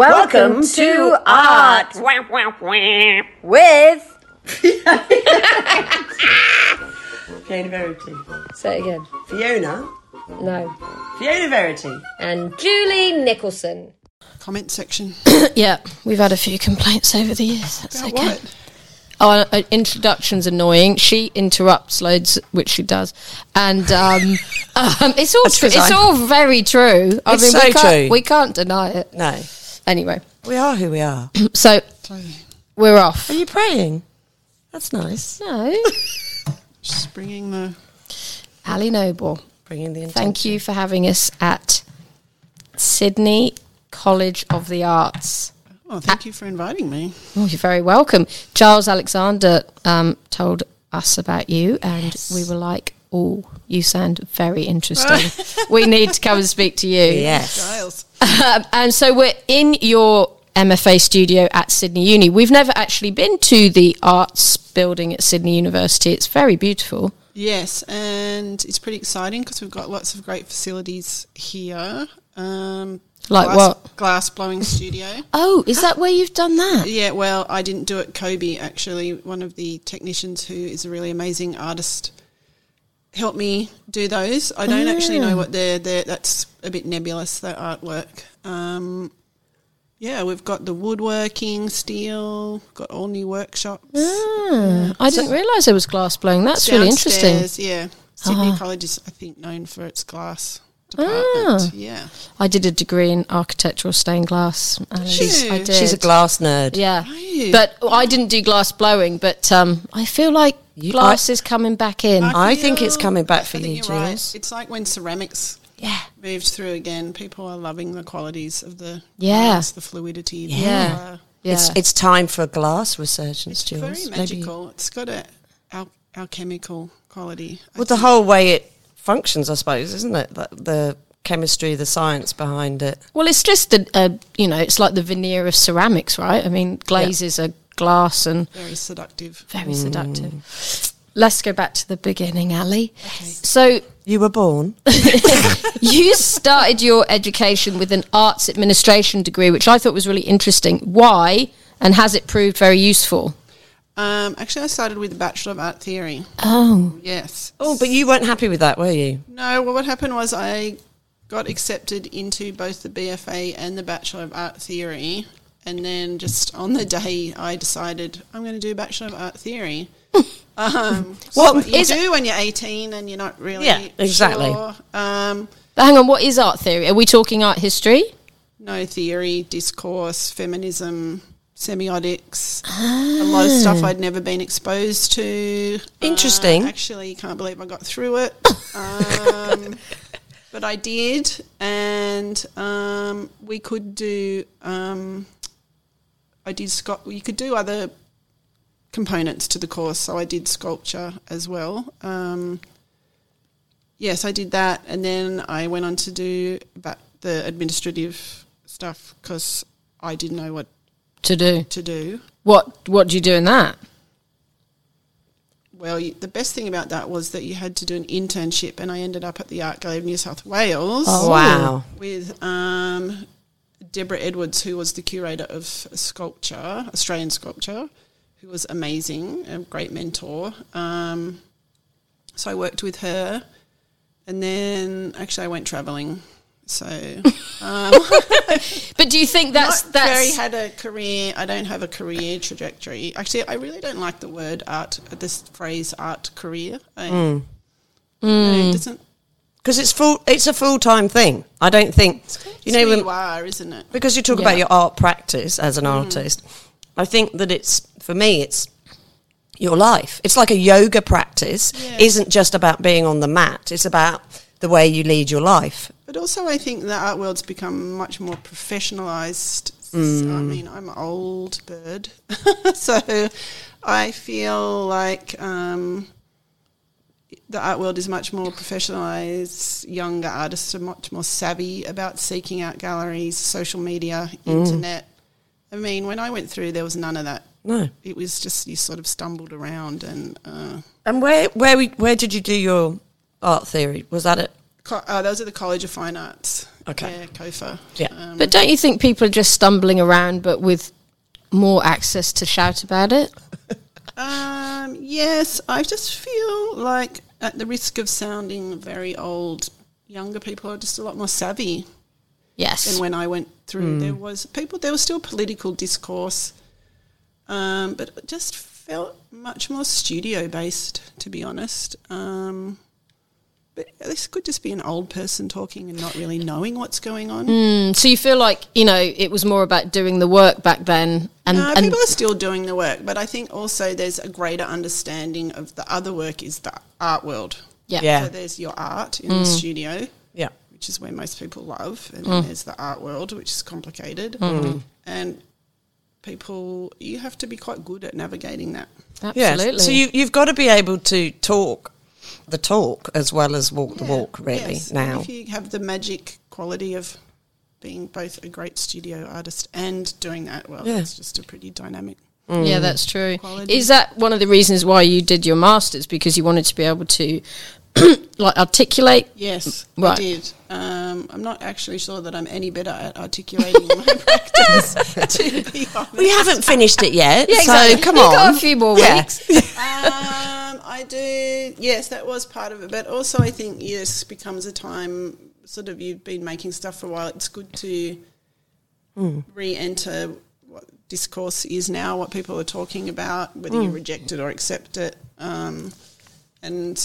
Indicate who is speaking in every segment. Speaker 1: Welcome to Art with.
Speaker 2: Fiona Verity.
Speaker 1: Say it again.
Speaker 2: Fiona.
Speaker 1: No.
Speaker 2: Fiona Verity.
Speaker 1: And Julie Nicholson.
Speaker 3: comment section.
Speaker 4: Yeah, we've had a few complaints over the years. That's okay.
Speaker 3: What?
Speaker 4: Oh, an introduction's annoying. She interrupts loads, which she does, and um, um, it's all tr- it's
Speaker 5: design.
Speaker 4: all very true. I
Speaker 5: It's
Speaker 4: mean,
Speaker 5: so
Speaker 4: we can't,
Speaker 5: true.
Speaker 4: We can't deny it.
Speaker 5: No.
Speaker 4: Anyway,
Speaker 5: We are who we are.
Speaker 4: so we're off.
Speaker 5: Are you praying? That's nice.
Speaker 4: No,
Speaker 3: Just bringing the
Speaker 4: Ali Noble.
Speaker 5: Bringing the intention.
Speaker 4: Thank you for having us at Sydney College of the Arts.
Speaker 3: oh, thank you for inviting me.
Speaker 4: Oh, you're very welcome. Charles Alexander um, told us about you, and we were like, "Oh, you sound very interesting. we need to come and speak to you."
Speaker 5: Yes.
Speaker 3: Giles.
Speaker 4: Um, and so we're in your MFA studio at Sydney Uni. We've never actually been to the arts building at Sydney University. It's very beautiful.
Speaker 3: Yes, and it's pretty exciting because we've got lots of great facilities here. Um,
Speaker 4: Like
Speaker 3: glass,
Speaker 4: what?
Speaker 3: Glass blowing studio.
Speaker 4: Oh, is that where you've done that?
Speaker 3: Yeah, well, I didn't do it. Kobe, actually, one of the technicians who is a really amazing artist, helped me do those. I don't actually
Speaker 4: Oh.
Speaker 3: know what they're, they're. That's a bit nebulous, that artwork. Um, yeah, we've got the woodworking, steel, got all new workshops.
Speaker 4: Ah, I didn't realise there was glass blowing. That's really interesting.
Speaker 3: Downstairs, Yeah.
Speaker 5: Ah.
Speaker 3: Sydney College is, I think, known for its glass department. Yeah.
Speaker 4: I did a degree in architectural stained glass. and
Speaker 3: She's-
Speaker 4: I did.
Speaker 5: She's a glass nerd.
Speaker 4: Yeah.
Speaker 3: Right.
Speaker 4: But I didn't do glass blowing, but um, I feel like glass is coming back in.
Speaker 5: I think it's
Speaker 3: feel-
Speaker 5: coming back for
Speaker 3: I
Speaker 5: you,
Speaker 3: think you're right.
Speaker 5: Jules.
Speaker 3: It's like when ceramics
Speaker 4: yeah.
Speaker 3: moved through again. People are loving the qualities of the
Speaker 4: Yeah.
Speaker 3: glass, the fluidity.
Speaker 4: Yeah. Yeah.
Speaker 5: It's, it's time for a glass resurgence,
Speaker 3: it's
Speaker 5: Jules.
Speaker 3: very
Speaker 5: Maybe-
Speaker 3: magical. It's got a al- alchemical quality. I
Speaker 5: Well, the
Speaker 3: think.
Speaker 5: whole way it functions, I suppose, isn't it? The, the chemistry, the science behind it.
Speaker 4: well, it's just a, a, you know, it's like the veneer of ceramics, right? I mean, glazes are glass and
Speaker 3: very seductive.
Speaker 4: very seductive. Let's go back to the beginning, Ali. So
Speaker 5: You were born.
Speaker 4: you started your education with an arts administration degree, which I thought was really interesting. Why? And has it proved very useful?
Speaker 3: Um, actually, I started with a Bachelor of Art Theory.
Speaker 4: Oh,
Speaker 3: Yes.
Speaker 5: oh, but you weren't happy with that, were you?
Speaker 3: No, well, what happened was I got accepted into both the BFA and the Bachelor of Art Theory. And then just on the day, I decided I'm going to do Bachelor of Art Theory. um,
Speaker 4: What
Speaker 3: what you
Speaker 4: is-
Speaker 3: do when you're 18 and you're not really
Speaker 5: Yeah, exactly.
Speaker 3: sure. Um,
Speaker 4: but hang on. What is art theory? Are we talking art history?
Speaker 3: no theory, discourse, feminism, semiotics, a lot of stuff I'd never been exposed to.
Speaker 5: Interesting.
Speaker 3: Uh, actually, can't believe I got through it. Um, but I did, and um, we could do. Um, I did Scott. You could do other components to the course, so I did sculpture as well. Um, yes, I did that, and then I went on to do ba- the administrative stuff because I didn't know what
Speaker 4: To do
Speaker 3: to do.
Speaker 4: what? What do you do in that?
Speaker 3: Well, you, the best thing about that was that you had to do an internship, and I ended up at the Art Gallery of New South Wales.
Speaker 5: Oh, Wow.
Speaker 3: with um, Deborah Edwards, who was the curator of sculpture, Australian sculpture, who was amazing, a great mentor. Um, so I worked with her, and then actually I went travelling. So
Speaker 4: But do you think that's
Speaker 3: not
Speaker 4: that's
Speaker 3: very had a career. I don't have a career trajectory. Actually, I really don't like the word art. This phrase art career. I, No, it doesn't.
Speaker 5: Because it's full. It's a full time thing. I don't think you
Speaker 3: You
Speaker 5: know
Speaker 3: know
Speaker 5: when,
Speaker 3: you are, isn't it?
Speaker 5: because you talk
Speaker 4: Yeah.
Speaker 5: about your art practice as an artist. I think that it's for me. It's your life. It's like a yoga practice. Isn't just about being on the mat. It's about the way you lead your life.
Speaker 3: But also, I think the art world's become much more professionalised. So,
Speaker 5: Mm.
Speaker 3: I mean, I'm an old bird, so I feel like um, the art world is much more professionalised. Younger artists are much more savvy about seeking out galleries, social media,
Speaker 5: Mm.
Speaker 3: internet. I mean, when I went through, there was none of that.
Speaker 5: No.
Speaker 3: It was just you sort of stumbled around and. Uh,
Speaker 5: And where where we, where did you do your art theory? Was that it?
Speaker 3: co- uh, those are the College of Fine Arts.
Speaker 5: Okay.
Speaker 3: yeah, Kofa.
Speaker 5: Yeah.
Speaker 4: But don't you think people are just stumbling around, but with more access to shout about it?
Speaker 3: Um, yes, I just feel like, at the risk of sounding very old, younger people are just a lot more savvy than
Speaker 4: Yes.
Speaker 3: when I went through.
Speaker 4: Hmm.
Speaker 3: There was people, there was still political discourse, um, but it just felt much more studio based, to be honest. Um, but this could just be an old person talking and not really knowing what's going on.
Speaker 4: Mm, so you feel like you know it was more about doing the work back then, and,
Speaker 3: No,
Speaker 4: and
Speaker 3: Uh, people are still doing the work, but I think also there's a greater understanding of the other work is the art world.
Speaker 4: yeah.
Speaker 5: Yeah. Mm.
Speaker 3: So there's your art in the studio,
Speaker 5: Yeah.
Speaker 3: which is where most people love, and
Speaker 5: Mm.
Speaker 3: then there's the art world, which is complicated, Um, and people you have to be quite good at navigating that.
Speaker 5: Yeah.
Speaker 4: absolutely.
Speaker 5: So you, you've got to be able to talk the talk as well as walk the walk, really,
Speaker 3: Yes, and
Speaker 5: now.
Speaker 3: if you have the magic quality of being both a great studio artist and doing that well,
Speaker 5: Yeah.
Speaker 3: it's just a pretty dynamic.
Speaker 4: Yeah,
Speaker 5: Mm.
Speaker 4: that's true.
Speaker 3: Quality.
Speaker 4: Is that one of the reasons why you did your masters because you wanted to be able to like articulate?
Speaker 3: Yes,
Speaker 5: Mm,
Speaker 4: Right.
Speaker 3: I did. Um, I'm not actually sure that I'm any better at articulating my practice. to be honest,
Speaker 5: we haven't finished it yet.
Speaker 4: Yeah,
Speaker 5: So
Speaker 4: exactly.
Speaker 5: come
Speaker 4: You've
Speaker 5: on.
Speaker 4: got a few more
Speaker 5: Yeah.
Speaker 4: weeks.
Speaker 3: um, I do. Yes, that was part of it, but also I think yes becomes a time. Sort of, you've been making stuff for a while. It's good to re-enter what discourse is now, what people are talking about, whether you reject it or accept it, um, and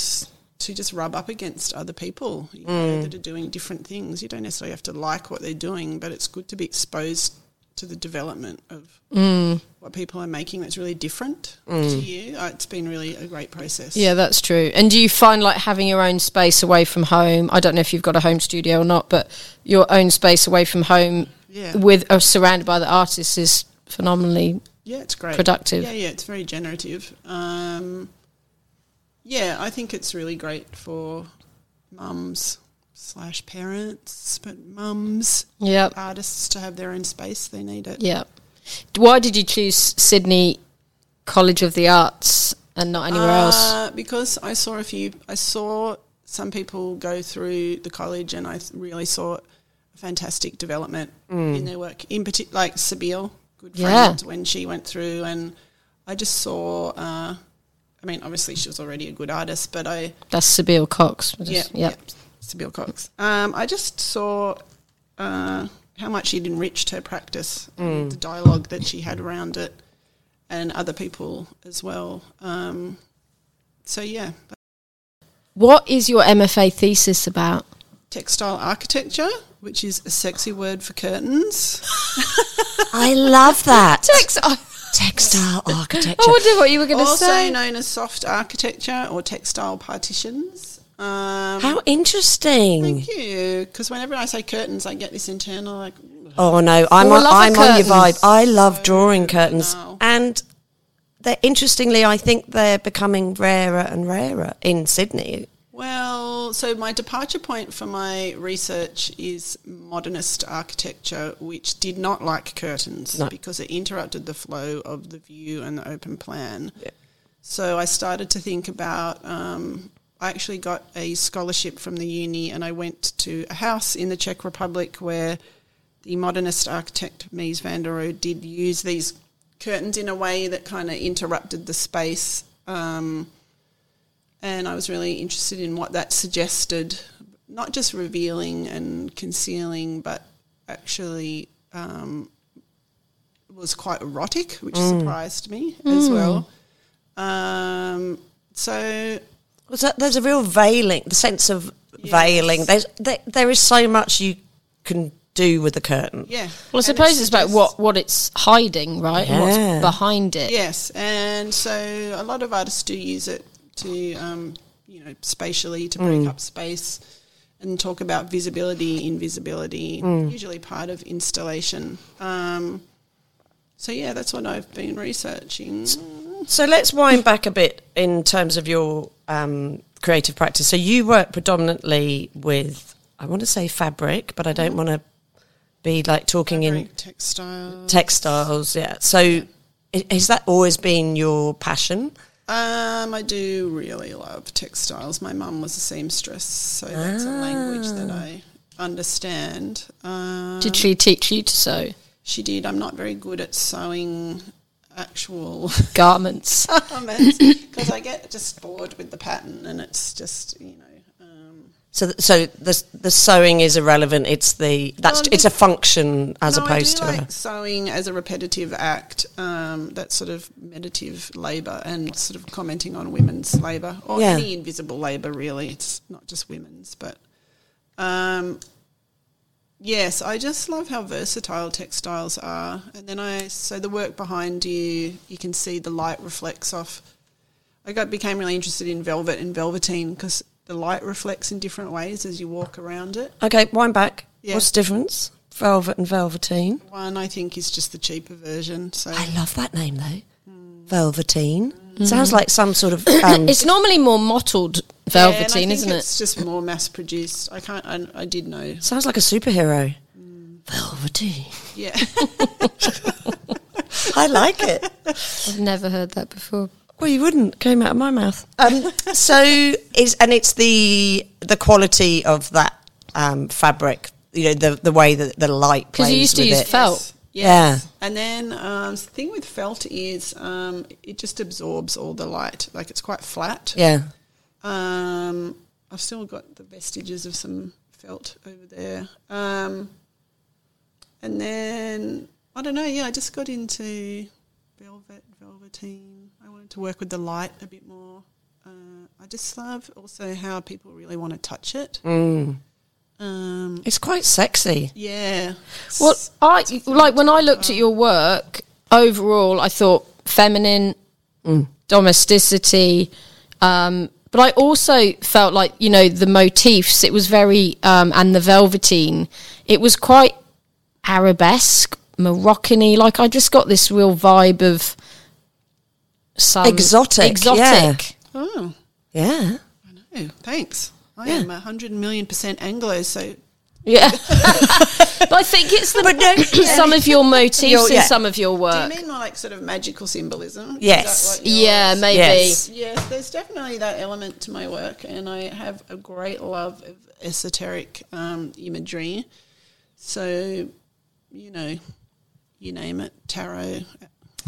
Speaker 3: to just rub up against other people you know, that are doing different things. You don't necessarily have to like what they're doing, but it's good to be exposed to the development of what people are making that's really different to you. Uh, It's been really a great process.
Speaker 4: Yeah, that's true. And do you find like having your own space away from home? I don't know if you've got a home studio or not, but your own space away from home
Speaker 3: Yeah.
Speaker 4: with or surrounded by the artists is phenomenally
Speaker 3: Yeah, it's great.
Speaker 4: productive.
Speaker 3: Yeah, yeah, it's very generative. Um, yeah, I think it's really great for mums slash parents, but mums,
Speaker 4: yeah.
Speaker 3: artists to have their own space. They need it.
Speaker 4: Yeah. Why did you choose Sydney College of the Arts and not anywhere else?
Speaker 3: Uh, because I saw a few, I saw some people go through the college, and I th- really saw fantastic development in their work. In particular, like Sabil, good
Speaker 4: Mm. Yeah.
Speaker 3: friend, when she went through, and I just saw. Uh, I mean, obviously, she was already a good artist, but I
Speaker 4: That's Sabil Cox.
Speaker 3: yeah,
Speaker 4: yeah.
Speaker 3: yeah, Sabil Cox. Um, I just saw uh, how much she'd enriched her practice, and the dialogue that she had around it, and other people as well. Um, so yeah,
Speaker 4: What is your MFA thesis about?
Speaker 3: textile architecture, which is a sexy word for curtains.
Speaker 5: I love that.
Speaker 4: I
Speaker 5: Textile architecture.
Speaker 4: wonder what you were going to
Speaker 3: Also
Speaker 4: say.
Speaker 3: known as soft architecture or textile partitions. Um,
Speaker 5: How interesting.
Speaker 3: thank you. Because whenever I say curtains, I get this internal like. "Ooh,
Speaker 5: Oh no, I'm
Speaker 4: Oh, I
Speaker 5: on,
Speaker 4: love a
Speaker 5: I'm on your
Speaker 4: curtain.
Speaker 5: vibe. I love drawing curtains,
Speaker 3: now.
Speaker 5: and they're interestingly, I think they're becoming rarer and rarer in Sydney.
Speaker 3: Well, so my departure point for my research is modernist architecture, which did not like curtains
Speaker 5: No.
Speaker 3: because it interrupted the flow of the view and the open plan. So I started to think about. Um, I actually got a scholarship from the uni, and I went to a house in the Czech Republic where the modernist architect Mies van der Rohe did use these curtains in a way that kind of interrupted the space. Um, and I was really interested in what that suggested, not just revealing and concealing, but actually um, was quite erotic, which
Speaker 4: Mm.
Speaker 3: surprised me as well. Um, so
Speaker 5: Was that, there's a real veiling, the sense of veiling. There's there, there is so much you can do with the curtain.
Speaker 3: yeah,
Speaker 4: Well, I
Speaker 3: And it
Speaker 4: suppose it's about
Speaker 3: suggests-
Speaker 4: what, what it's hiding, right? And
Speaker 5: Yeah.
Speaker 4: what's behind it.
Speaker 3: Yes, and so a lot of artists do use it to, um, you know, spatially to break up space and talk about visibility, invisibility, usually part of installation. Um, so yeah, that's what I've been researching.
Speaker 5: So let's wind back a bit in terms of your um, creative practice. So you work predominantly with, I want to say fabric, but I don't want to be like talking in
Speaker 3: Fabric, textile.
Speaker 5: textiles. Yeah. So i- has that always been your passion?
Speaker 3: Um, I do really love textiles. My mum was a seamstress, so that's a language that I understand. Um,
Speaker 4: Did she teach you to sew
Speaker 3: she did. I'm not very good at sewing actual
Speaker 4: garments?
Speaker 3: garments because I get just bored with the pattern and it's just, you know. Um,
Speaker 5: So, th- so the the sewing is irrelevant. It's the that's
Speaker 3: Well,
Speaker 5: it's a function as
Speaker 3: Um, no,
Speaker 5: opposed
Speaker 3: I
Speaker 5: to
Speaker 3: do like
Speaker 5: a,
Speaker 3: sewing as a repetitive act, um, that sort of meditative labour and sort of commenting on women's labour or
Speaker 5: Yeah.
Speaker 3: any invisible labour really. It's not just women's, but um, yes, I just love how versatile textiles are. And then I so the work behind you, you can see the light reflects off. I got became really interested in velvet and velveteen because the light reflects in different ways as you walk around it.
Speaker 5: okay. Wine back.
Speaker 3: Yeah.
Speaker 5: What's the difference? Velvet and velveteen.
Speaker 3: One I think is just the cheaper version. So
Speaker 5: I love that name though.
Speaker 3: Mm.
Speaker 5: Velveteen sounds like some sort of um,
Speaker 4: it's normally more mottled
Speaker 3: Yeah, and I
Speaker 4: velveteen,
Speaker 3: think
Speaker 4: isn't it?
Speaker 3: It's just more mass produced. I can't. I, I did know.
Speaker 5: sounds like a superhero.
Speaker 3: Mm.
Speaker 5: Velveteen.
Speaker 3: Yeah,
Speaker 5: I like it.
Speaker 4: I've never heard that before.
Speaker 5: Well, you wouldn't. Came out of my mouth. Um, so is and it's the the quality of that um, fabric. You know the the way that the light plays
Speaker 4: Because you used to
Speaker 5: with
Speaker 4: use
Speaker 5: it.
Speaker 4: felt.
Speaker 5: Yeah.
Speaker 3: And then um, the thing with felt is um, it just absorbs all the light. Like it's quite flat.
Speaker 5: Yeah.
Speaker 3: Um, I've still got the vestiges of some felt over there. Um, and then I don't know. Yeah, I just got into velvet, velveteen. I wanted to work with the light a bit more. Uh, I just love also how people really want to touch it. Um,
Speaker 5: It's quite sexy.
Speaker 3: yeah.
Speaker 4: Well, I like when I looked at your work overall, I thought feminine,
Speaker 5: Mm.
Speaker 4: domesticity, um, but I also felt like you know the motifs. It was very um, and the velveteen. It was quite arabesque, Moroccan-y. Like I just got this real vibe of some
Speaker 5: Exotic,
Speaker 4: exotic.
Speaker 3: Oh,
Speaker 5: Yeah.
Speaker 3: I know. Thanks. I am a hundred million percent Anglo, so
Speaker 4: Yeah, but I think it's the some of your motifs
Speaker 5: Your- yeah.
Speaker 4: in some of your
Speaker 3: do you
Speaker 4: work.
Speaker 3: mean more like sort of magical symbolism? Is
Speaker 5: Yes.
Speaker 3: that what you're-
Speaker 4: Yeah, maybe.
Speaker 5: Yes.
Speaker 3: Yes, there's definitely that element to my work, and I have a great love of esoteric um, imagery. So, you know, you name it tarot,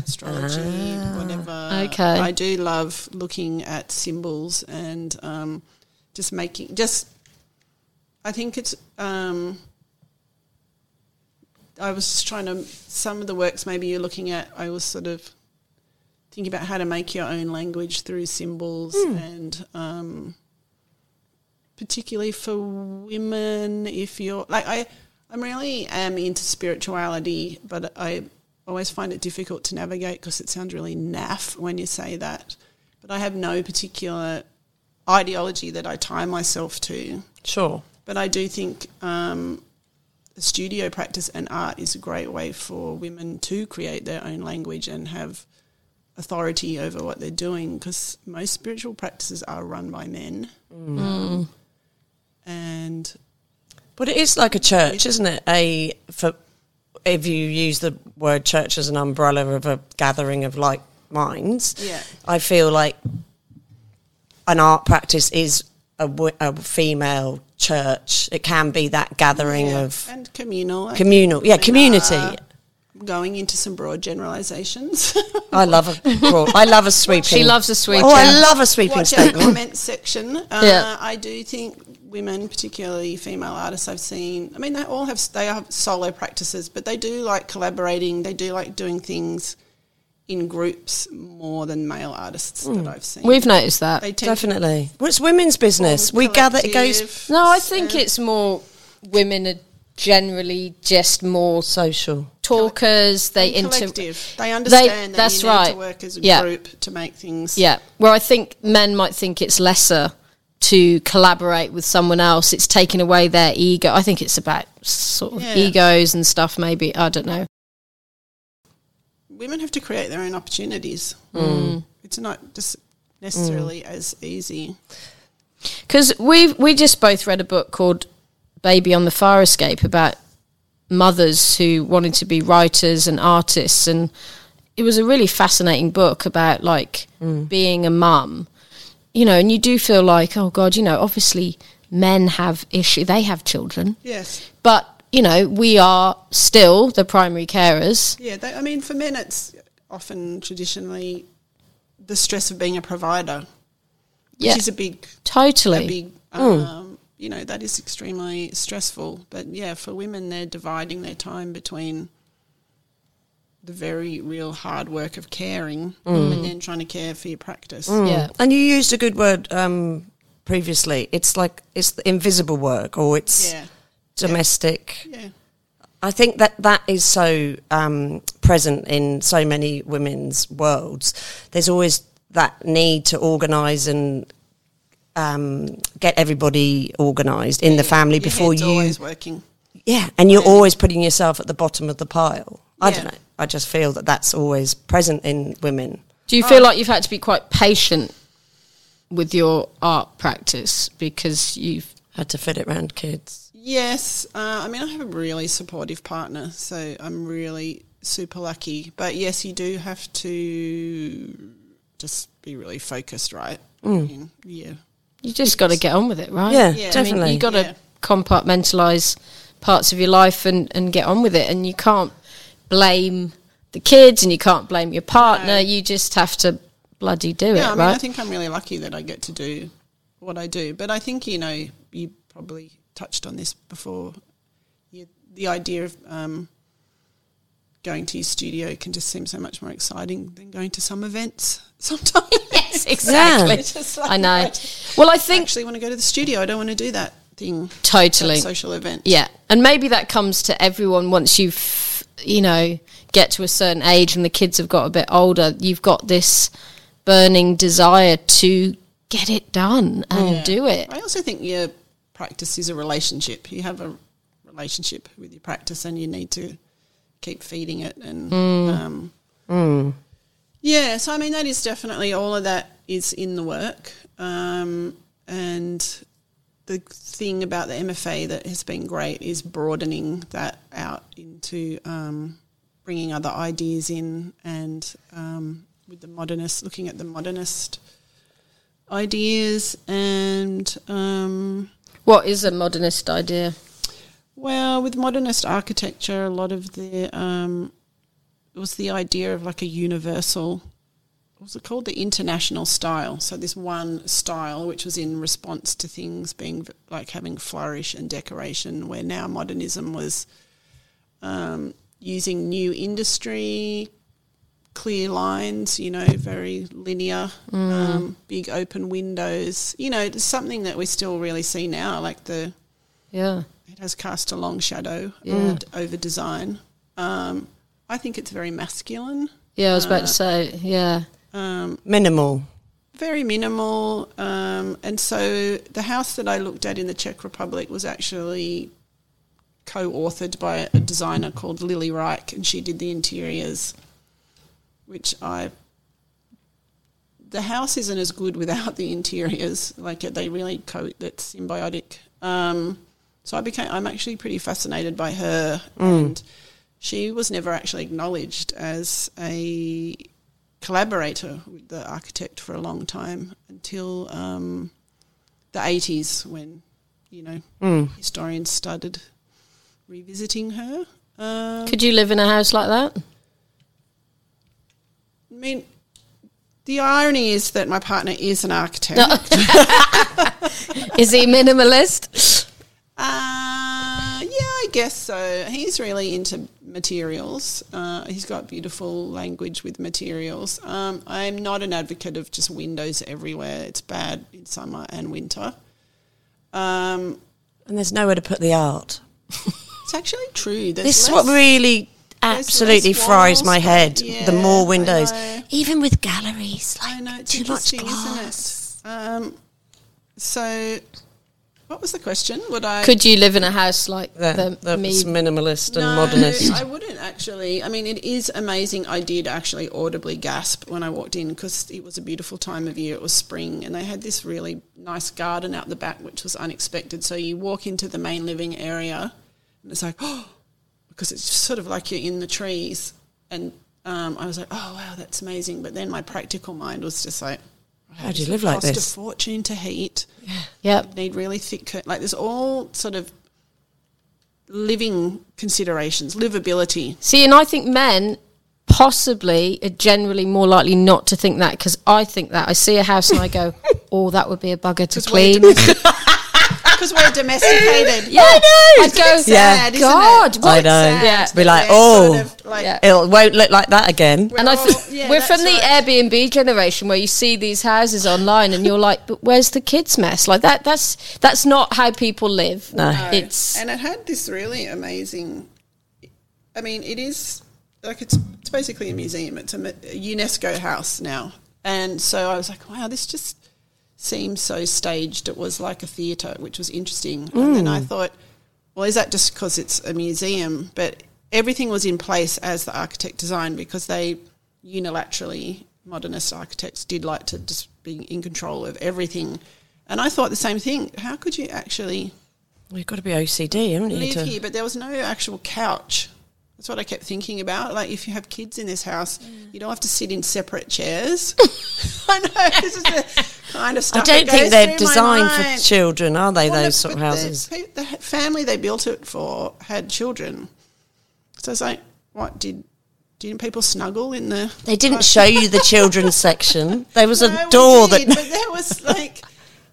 Speaker 3: astrology, whatever.
Speaker 4: Okay.
Speaker 3: I do love looking at symbols and um, just making, just, I think it's, um, I was just trying to, some of the works maybe you're looking at, I was sort of, think about how to make your own language through symbols and um, particularly for women if you're like i i'm really am into spirituality but i always find it difficult to navigate because it sounds really naff when you say that but i have no particular ideology that i tie myself to
Speaker 5: Sure.
Speaker 3: but I do think um, studio practice and art is a great way for women to create their own language and have authority over what they're doing because most spiritual practices are run by men. And
Speaker 5: But it is like a church, isn't it? A for if you use the word church as an umbrella of a gathering of like minds.
Speaker 3: Yeah.
Speaker 5: I feel like an art practice is a, wo- a female church. It can be that gathering of
Speaker 3: and communal
Speaker 5: communal, yeah, community.
Speaker 3: going into some broad generalizations.
Speaker 5: I love a broad- I love a sweeping.
Speaker 4: She loves a sweeping.
Speaker 5: Oh, I love a sweeping
Speaker 3: Watch out
Speaker 5: statement.
Speaker 3: comment section. Uh,
Speaker 4: Yeah.
Speaker 3: I do think women, particularly female artists, I've seen. I mean, they all have they have solo practices, but they do like collaborating. They do like doing things in groups more than male artists that I've seen.
Speaker 4: Hmm. We've noticed that.
Speaker 3: they tend to
Speaker 5: Definitely. Well, it's women's business.
Speaker 3: form
Speaker 5: We gather it goes
Speaker 3: collective-
Speaker 4: No, I think
Speaker 3: uh,
Speaker 4: it's more women are generally just more
Speaker 5: social.
Speaker 4: talkers. They inter-
Speaker 3: collective. They understand that
Speaker 4: that's
Speaker 3: you need
Speaker 4: right.
Speaker 3: to work as a
Speaker 4: Yeah.
Speaker 3: group to make things.
Speaker 4: Yeah, where I think men might think it's lesser to collaborate with someone else. It's taking away their ego. I think it's about sort of
Speaker 3: Yeah.
Speaker 4: egos and stuff. Maybe I don't know.
Speaker 3: Women have to create their own opportunities.
Speaker 4: Hmm.
Speaker 3: It's not just necessarily as easy.
Speaker 4: Because we we just both read a book called Baby on the Fire Escape about mothers who wanted to be writers and artists, and it was a really fascinating book about
Speaker 3: Mm.
Speaker 4: like being a mum, you know. And you do feel like, oh God, you know, obviously men have issue they have children
Speaker 3: Yes.
Speaker 4: but you know we are still the primary carers
Speaker 3: Yeah. They, I mean, for men, it's often traditionally the stress of being a provider,
Speaker 4: yeah
Speaker 3: which is a big,
Speaker 4: totally
Speaker 3: a big,
Speaker 5: Hmm.
Speaker 3: um, you know, that is extremely stressful. But yeah, for women, they're dividing their time between the very real hard work of caring
Speaker 5: Hmm.
Speaker 3: and then trying to care for your practice.
Speaker 4: yeah
Speaker 5: And you used a good word um, previously. It's like it's the invisible work or it's
Speaker 3: Yeah.
Speaker 5: domestic.
Speaker 3: Yeah.
Speaker 5: I think that that is so um, present in so many women's worlds. There's always that need to organise and um, get everybody organised in the family
Speaker 3: Your
Speaker 5: before
Speaker 3: head's
Speaker 5: you.
Speaker 3: always working.
Speaker 5: Yeah, and you're always putting yourself at the bottom of the pile. I don't
Speaker 3: Yeah.
Speaker 5: know. I just feel that that's always present in women.
Speaker 4: do you
Speaker 3: Oh.
Speaker 4: feel like you've had to be quite patient with your art practice because you've
Speaker 5: Had to fit it round kids.
Speaker 3: Yes, uh, I mean I have a really supportive partner, so I'm really super lucky. But yes, you do have to just be really focused, right? I mean, yeah,
Speaker 4: you just got to get on with it right
Speaker 5: Yeah,
Speaker 3: Yeah. I mean,
Speaker 4: I mean,
Speaker 5: definitely.
Speaker 4: you got to
Speaker 3: Yeah.
Speaker 4: compartmentalize parts of your life and, and get on with it. And you can't blame the kids and you can't blame your partner. You just have to bloody do
Speaker 3: yeah. I
Speaker 4: it,
Speaker 3: mean,
Speaker 4: right?
Speaker 3: I think I'm really lucky that I get to do what I do. But I think you know you probably touched on this before. You, the idea of um, going to your studio can just seem so much more exciting than going to some events sometimes.
Speaker 4: yes, exactly.
Speaker 3: It's just like,
Speaker 4: I know.
Speaker 3: I
Speaker 4: well, I think
Speaker 3: actually want to go to the studio. I don't want to do that thing.
Speaker 4: totally.
Speaker 3: that social event.
Speaker 4: Yeah, and maybe that comes to everyone once you, have you know, get to a certain age and the kids have got a bit older. You've got this burning desire to get it done and do it.
Speaker 3: I also think your practice is a relationship. You have a relationship with your practice, and you need to keep feeding it. And um, yeah, so I mean, that is definitely all of that is in the work. Um, and the thing about the MFA that has been great is broadening that out into um, bringing other ideas in and um, with the modernist, looking at the modernist ideas and um,
Speaker 4: What is a modernist idea?
Speaker 3: well with modernist architecture a lot of the um, it was the idea of like a universal what was it called the international style so this one style which was in response to things being v- like having flourish and decoration where now modernism was um, using new industry clear lines, you know, very linear, um, big open windows. You know, it's something that we still really see now. Like the
Speaker 4: Yeah.
Speaker 3: it has cast a long shadow
Speaker 4: Yeah.
Speaker 3: and over design. Um, I think it's very masculine,
Speaker 4: Yeah, I was
Speaker 5: Uh.
Speaker 4: about to say, yeah.
Speaker 3: um,
Speaker 5: Minimal.
Speaker 3: very minimal, um, and so the house that I looked at in the Czech Republic was actually co-authored by a designer called Lily Reich, and she did the interiors, which I. The house isn't as good without the interiors. Like they really co that's symbiotic. Um, so I became. I'm actually pretty fascinated by her, and she was never actually acknowledged as a collaborator with the architect for a long time until um, the 80s when you know historians started revisiting her. Um,
Speaker 4: Could you live in a house like that?
Speaker 3: I mean, the irony is that my partner is an architect.
Speaker 4: Is he minimalist?
Speaker 3: Uh, yeah, I guess so. He's really into materials. Uh, he's got beautiful language with materials. Um, I'm not an advocate of just windows everywhere. It's bad in summer and winter. Um,
Speaker 5: And there's nowhere to put the art.
Speaker 3: it's actually true. There's
Speaker 5: This is
Speaker 3: less-
Speaker 5: what really
Speaker 3: less
Speaker 5: absolutely fries
Speaker 3: walls,
Speaker 5: my
Speaker 3: but
Speaker 5: head. the
Speaker 3: yeah, I
Speaker 5: more windows,
Speaker 3: know.
Speaker 5: even with galleries, like
Speaker 3: I know it's
Speaker 5: too much
Speaker 3: interesting,
Speaker 5: glass.
Speaker 3: isn't it? Um, so, what was the question? Would I
Speaker 4: Could you live in a house like the,
Speaker 5: That, that's
Speaker 4: me?
Speaker 5: minimalist and modernist.
Speaker 3: I wouldn't actually. I mean, it is amazing. I did actually audibly gasp when I walked in because it was a beautiful time of year. It was spring, and they had this really nice garden out the back, which was unexpected. So you walk into the main living area, and it's like, oh, because it's sort of like you're in the trees. And um, I was like, oh wow, that's amazing. But then my practical mind was just like, oh,
Speaker 5: How do you live like
Speaker 3: cost a
Speaker 5: this?
Speaker 3: fortune to heat.
Speaker 4: Yep.
Speaker 3: Need really thick cur- like there's all sort of living considerations, livability.
Speaker 4: See, and I think men possibly are generally more likely not to think that because I think that I see a house and I go, "Oh, that would be a bugger to clean."
Speaker 3: because we're domesticated.
Speaker 4: Yeah, I'd go,
Speaker 5: Yeah.
Speaker 3: Sad, isn't
Speaker 4: God,
Speaker 3: it?
Speaker 4: what?
Speaker 5: I know.
Speaker 3: Sad
Speaker 4: Yeah.
Speaker 3: that
Speaker 5: Be like,
Speaker 3: we're sort
Speaker 5: oh.
Speaker 3: of like-
Speaker 4: Yeah.
Speaker 5: It won't look like that again.
Speaker 4: And I
Speaker 3: Oh,
Speaker 4: think
Speaker 3: yeah,
Speaker 4: we're from the
Speaker 3: that's
Speaker 4: Airbnb generation where you see these houses online and you're like, "But where's the kids' mess?" Like that. That's that's not how people live.
Speaker 5: No.
Speaker 4: it's
Speaker 3: and it had this really amazing. I mean, it is like it's it's basically a museum. It's a, mu- a UNESCO house now, and so I was like, wow, this just seems so staged. It was like a theatre, which was interesting. And then I thought, well, is that just because it's a museum? But everything was in place as the architect designed because they unilaterally, modernist architects did like to just be in control of everything. And I thought the same thing. How could you actually
Speaker 5: Well, you've got to be OCD, haven't you?
Speaker 3: live
Speaker 5: to-
Speaker 3: here, but there was no actual couch. That's what I kept thinking about. Like, if you have kids in this house, you don't have to sit in separate chairs. I know this is the kind
Speaker 5: I
Speaker 3: of stuff. that
Speaker 5: don't think
Speaker 3: goes
Speaker 5: they're
Speaker 3: through my
Speaker 5: designed for
Speaker 3: mind.
Speaker 5: children, are they?
Speaker 3: Well,
Speaker 5: those
Speaker 3: no,
Speaker 5: sort of
Speaker 3: but the
Speaker 5: houses.
Speaker 3: pe- The, h- family they built it for had children, so it's like, what did didn't people snuggle in the?
Speaker 5: They didn't show you the children's section. There was
Speaker 3: No,
Speaker 5: a
Speaker 3: we
Speaker 5: door
Speaker 3: did,
Speaker 5: that.
Speaker 3: but there was like.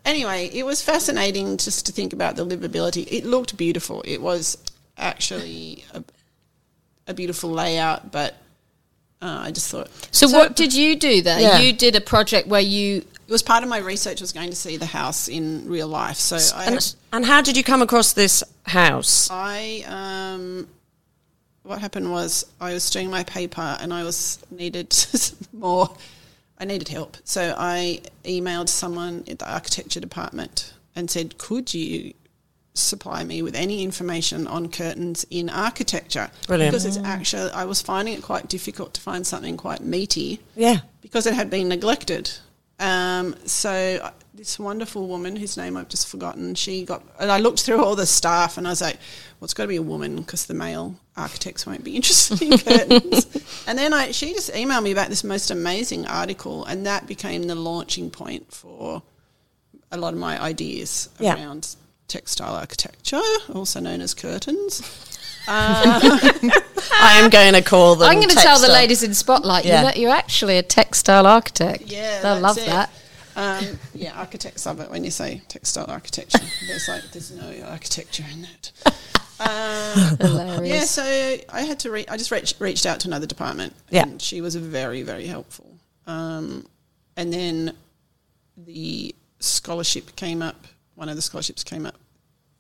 Speaker 3: Anyway, it was fascinating just to think about the livability. It looked beautiful. It was actually a, a beautiful layout, but uh, I just thought it
Speaker 4: so, What did you do there?
Speaker 5: Yeah.
Speaker 4: You did a project where you
Speaker 3: was part of my research was going to see the house in real life. So I had-
Speaker 5: And, and how did you come across this house?
Speaker 3: I um, what happened was I was doing my paper and I was needed some more. I needed help, so I emailed someone at the architecture department and said, "Could you supply me with any information on curtains in architecture?"
Speaker 5: Brilliant.
Speaker 3: Because it's actually I was finding it quite difficult to find something quite meaty
Speaker 5: Yeah.
Speaker 3: because it had been neglected. Um, so I- this wonderful woman, whose name I've just forgotten, she got, and I looked through all the staff, and I was like, "Well, it's got to be a woman because the male architects won't be interested in curtains." And then I, she just emailed me about this most amazing article, and that became the launching point for a lot of my ideas
Speaker 5: Yeah.
Speaker 3: around textile architecture, also known as curtains.
Speaker 5: I am going to call them.
Speaker 4: I'm going to tell the
Speaker 5: textile.
Speaker 4: ladies in Spotlight
Speaker 5: Yeah.
Speaker 4: you that you're actually a textile architect.
Speaker 3: Yeah,
Speaker 4: they'll
Speaker 3: that's
Speaker 4: love
Speaker 3: it.
Speaker 4: that.
Speaker 3: Um, yeah, architects love it when you say textile architecture. There's like there's no architecture in that.
Speaker 5: Oh.
Speaker 3: Um,
Speaker 4: Hilarious.
Speaker 3: yeah, so I had to. Re- I just reach, reached out to another department.
Speaker 5: Yeah.
Speaker 3: and she was very very helpful. Um, and then the scholarship came up. One of the scholarships came up,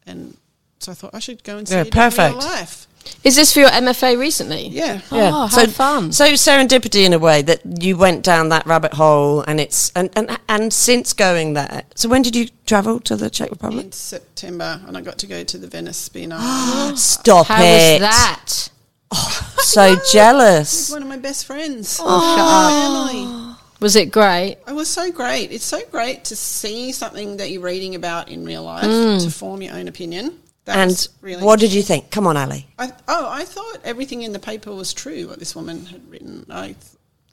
Speaker 3: and so I thought I should go and see
Speaker 5: Yeah,
Speaker 3: it in real
Speaker 5: perfect.
Speaker 3: life.
Speaker 4: Is this for your MFA recently?
Speaker 3: Yeah,
Speaker 5: Yeah.
Speaker 4: Oh, how
Speaker 5: so
Speaker 4: fun.
Speaker 5: So serendipity in a way that you went down that rabbit hole, and it's and and, and since going there. So when did you travel to the Czech Republic?
Speaker 3: in September, and I got to go to the Venice Biennale.
Speaker 5: Stop
Speaker 4: How
Speaker 5: it!
Speaker 4: was that?
Speaker 5: So jealous.
Speaker 3: one of my best friends,
Speaker 4: Oh,
Speaker 3: Oh, Emily.
Speaker 4: Was it great?
Speaker 3: It was so great. It's so great to see something that you're reading about in real life to form your own opinion. That
Speaker 5: Hmm. And
Speaker 3: was really
Speaker 5: what did you think? Come on, Ali.
Speaker 3: I, oh, I thought everything in the paper was true what this woman had written. I th-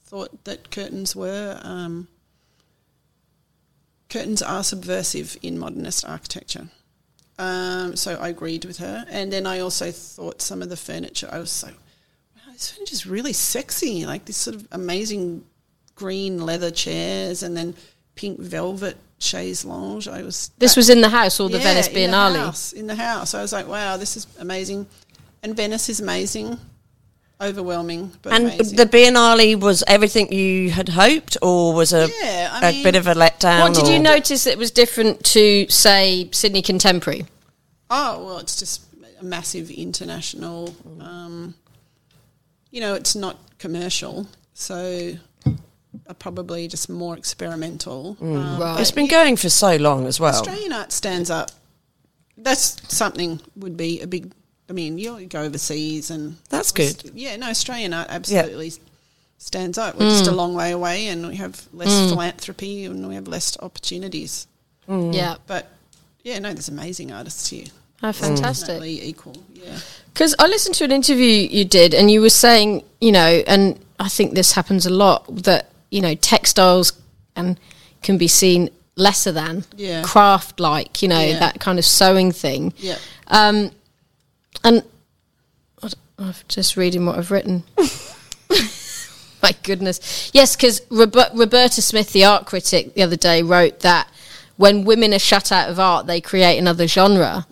Speaker 3: thought that curtains were um, curtains are subversive in modernist architecture. Um, so I agreed with her, and then I also thought some of the furniture. I was so, wow, this furniture is really sexy. Like this sort of amazing green leather chairs, and then pink velvet chaise longue. I was
Speaker 4: This was in the house or the
Speaker 3: yeah,
Speaker 4: Venice
Speaker 3: in the
Speaker 4: Biennale?
Speaker 3: house, in the house. I was like, wow, this is amazing. And Venice is amazing, overwhelming, but
Speaker 5: And
Speaker 3: amazing.
Speaker 5: the Biennale was everything you had hoped, or was a,
Speaker 3: Yeah, I
Speaker 5: a
Speaker 3: mean-
Speaker 5: bit of a letdown?
Speaker 4: What did
Speaker 5: or-
Speaker 4: you notice that was different to, say, Sydney Contemporary?
Speaker 3: oh, well, it's just a massive international.
Speaker 4: Mm.
Speaker 3: Um, you know, it's not commercial, so uh, probably just more experimental. Um,
Speaker 4: Right.
Speaker 5: It's been going for so long as well.
Speaker 3: Australian art stands up. That's something would be a big. I mean, you go overseas and
Speaker 5: That's good.
Speaker 3: Yeah, no, Australian art absolutely stands up. We're
Speaker 5: Mm.
Speaker 3: just a long way away, and we have less philanthropy and we have less opportunities. Mm.
Speaker 4: Yeah.
Speaker 3: But yeah, no, there's amazing artists here.
Speaker 4: How fantastic.
Speaker 3: Definitely equal. Yeah,
Speaker 4: Because I listened to an interview you did, and you were saying, you know, and I think this happens a lot that you know textiles and can be seen lesser than
Speaker 3: Yeah.
Speaker 4: craft like you know
Speaker 3: Yeah.
Speaker 4: that kind of sewing thing
Speaker 3: Yeah.
Speaker 4: um and I d- i'm just reading what i've written my goodness yes because roberta smith the art critic the other day wrote that when women are shut out of art they create another genre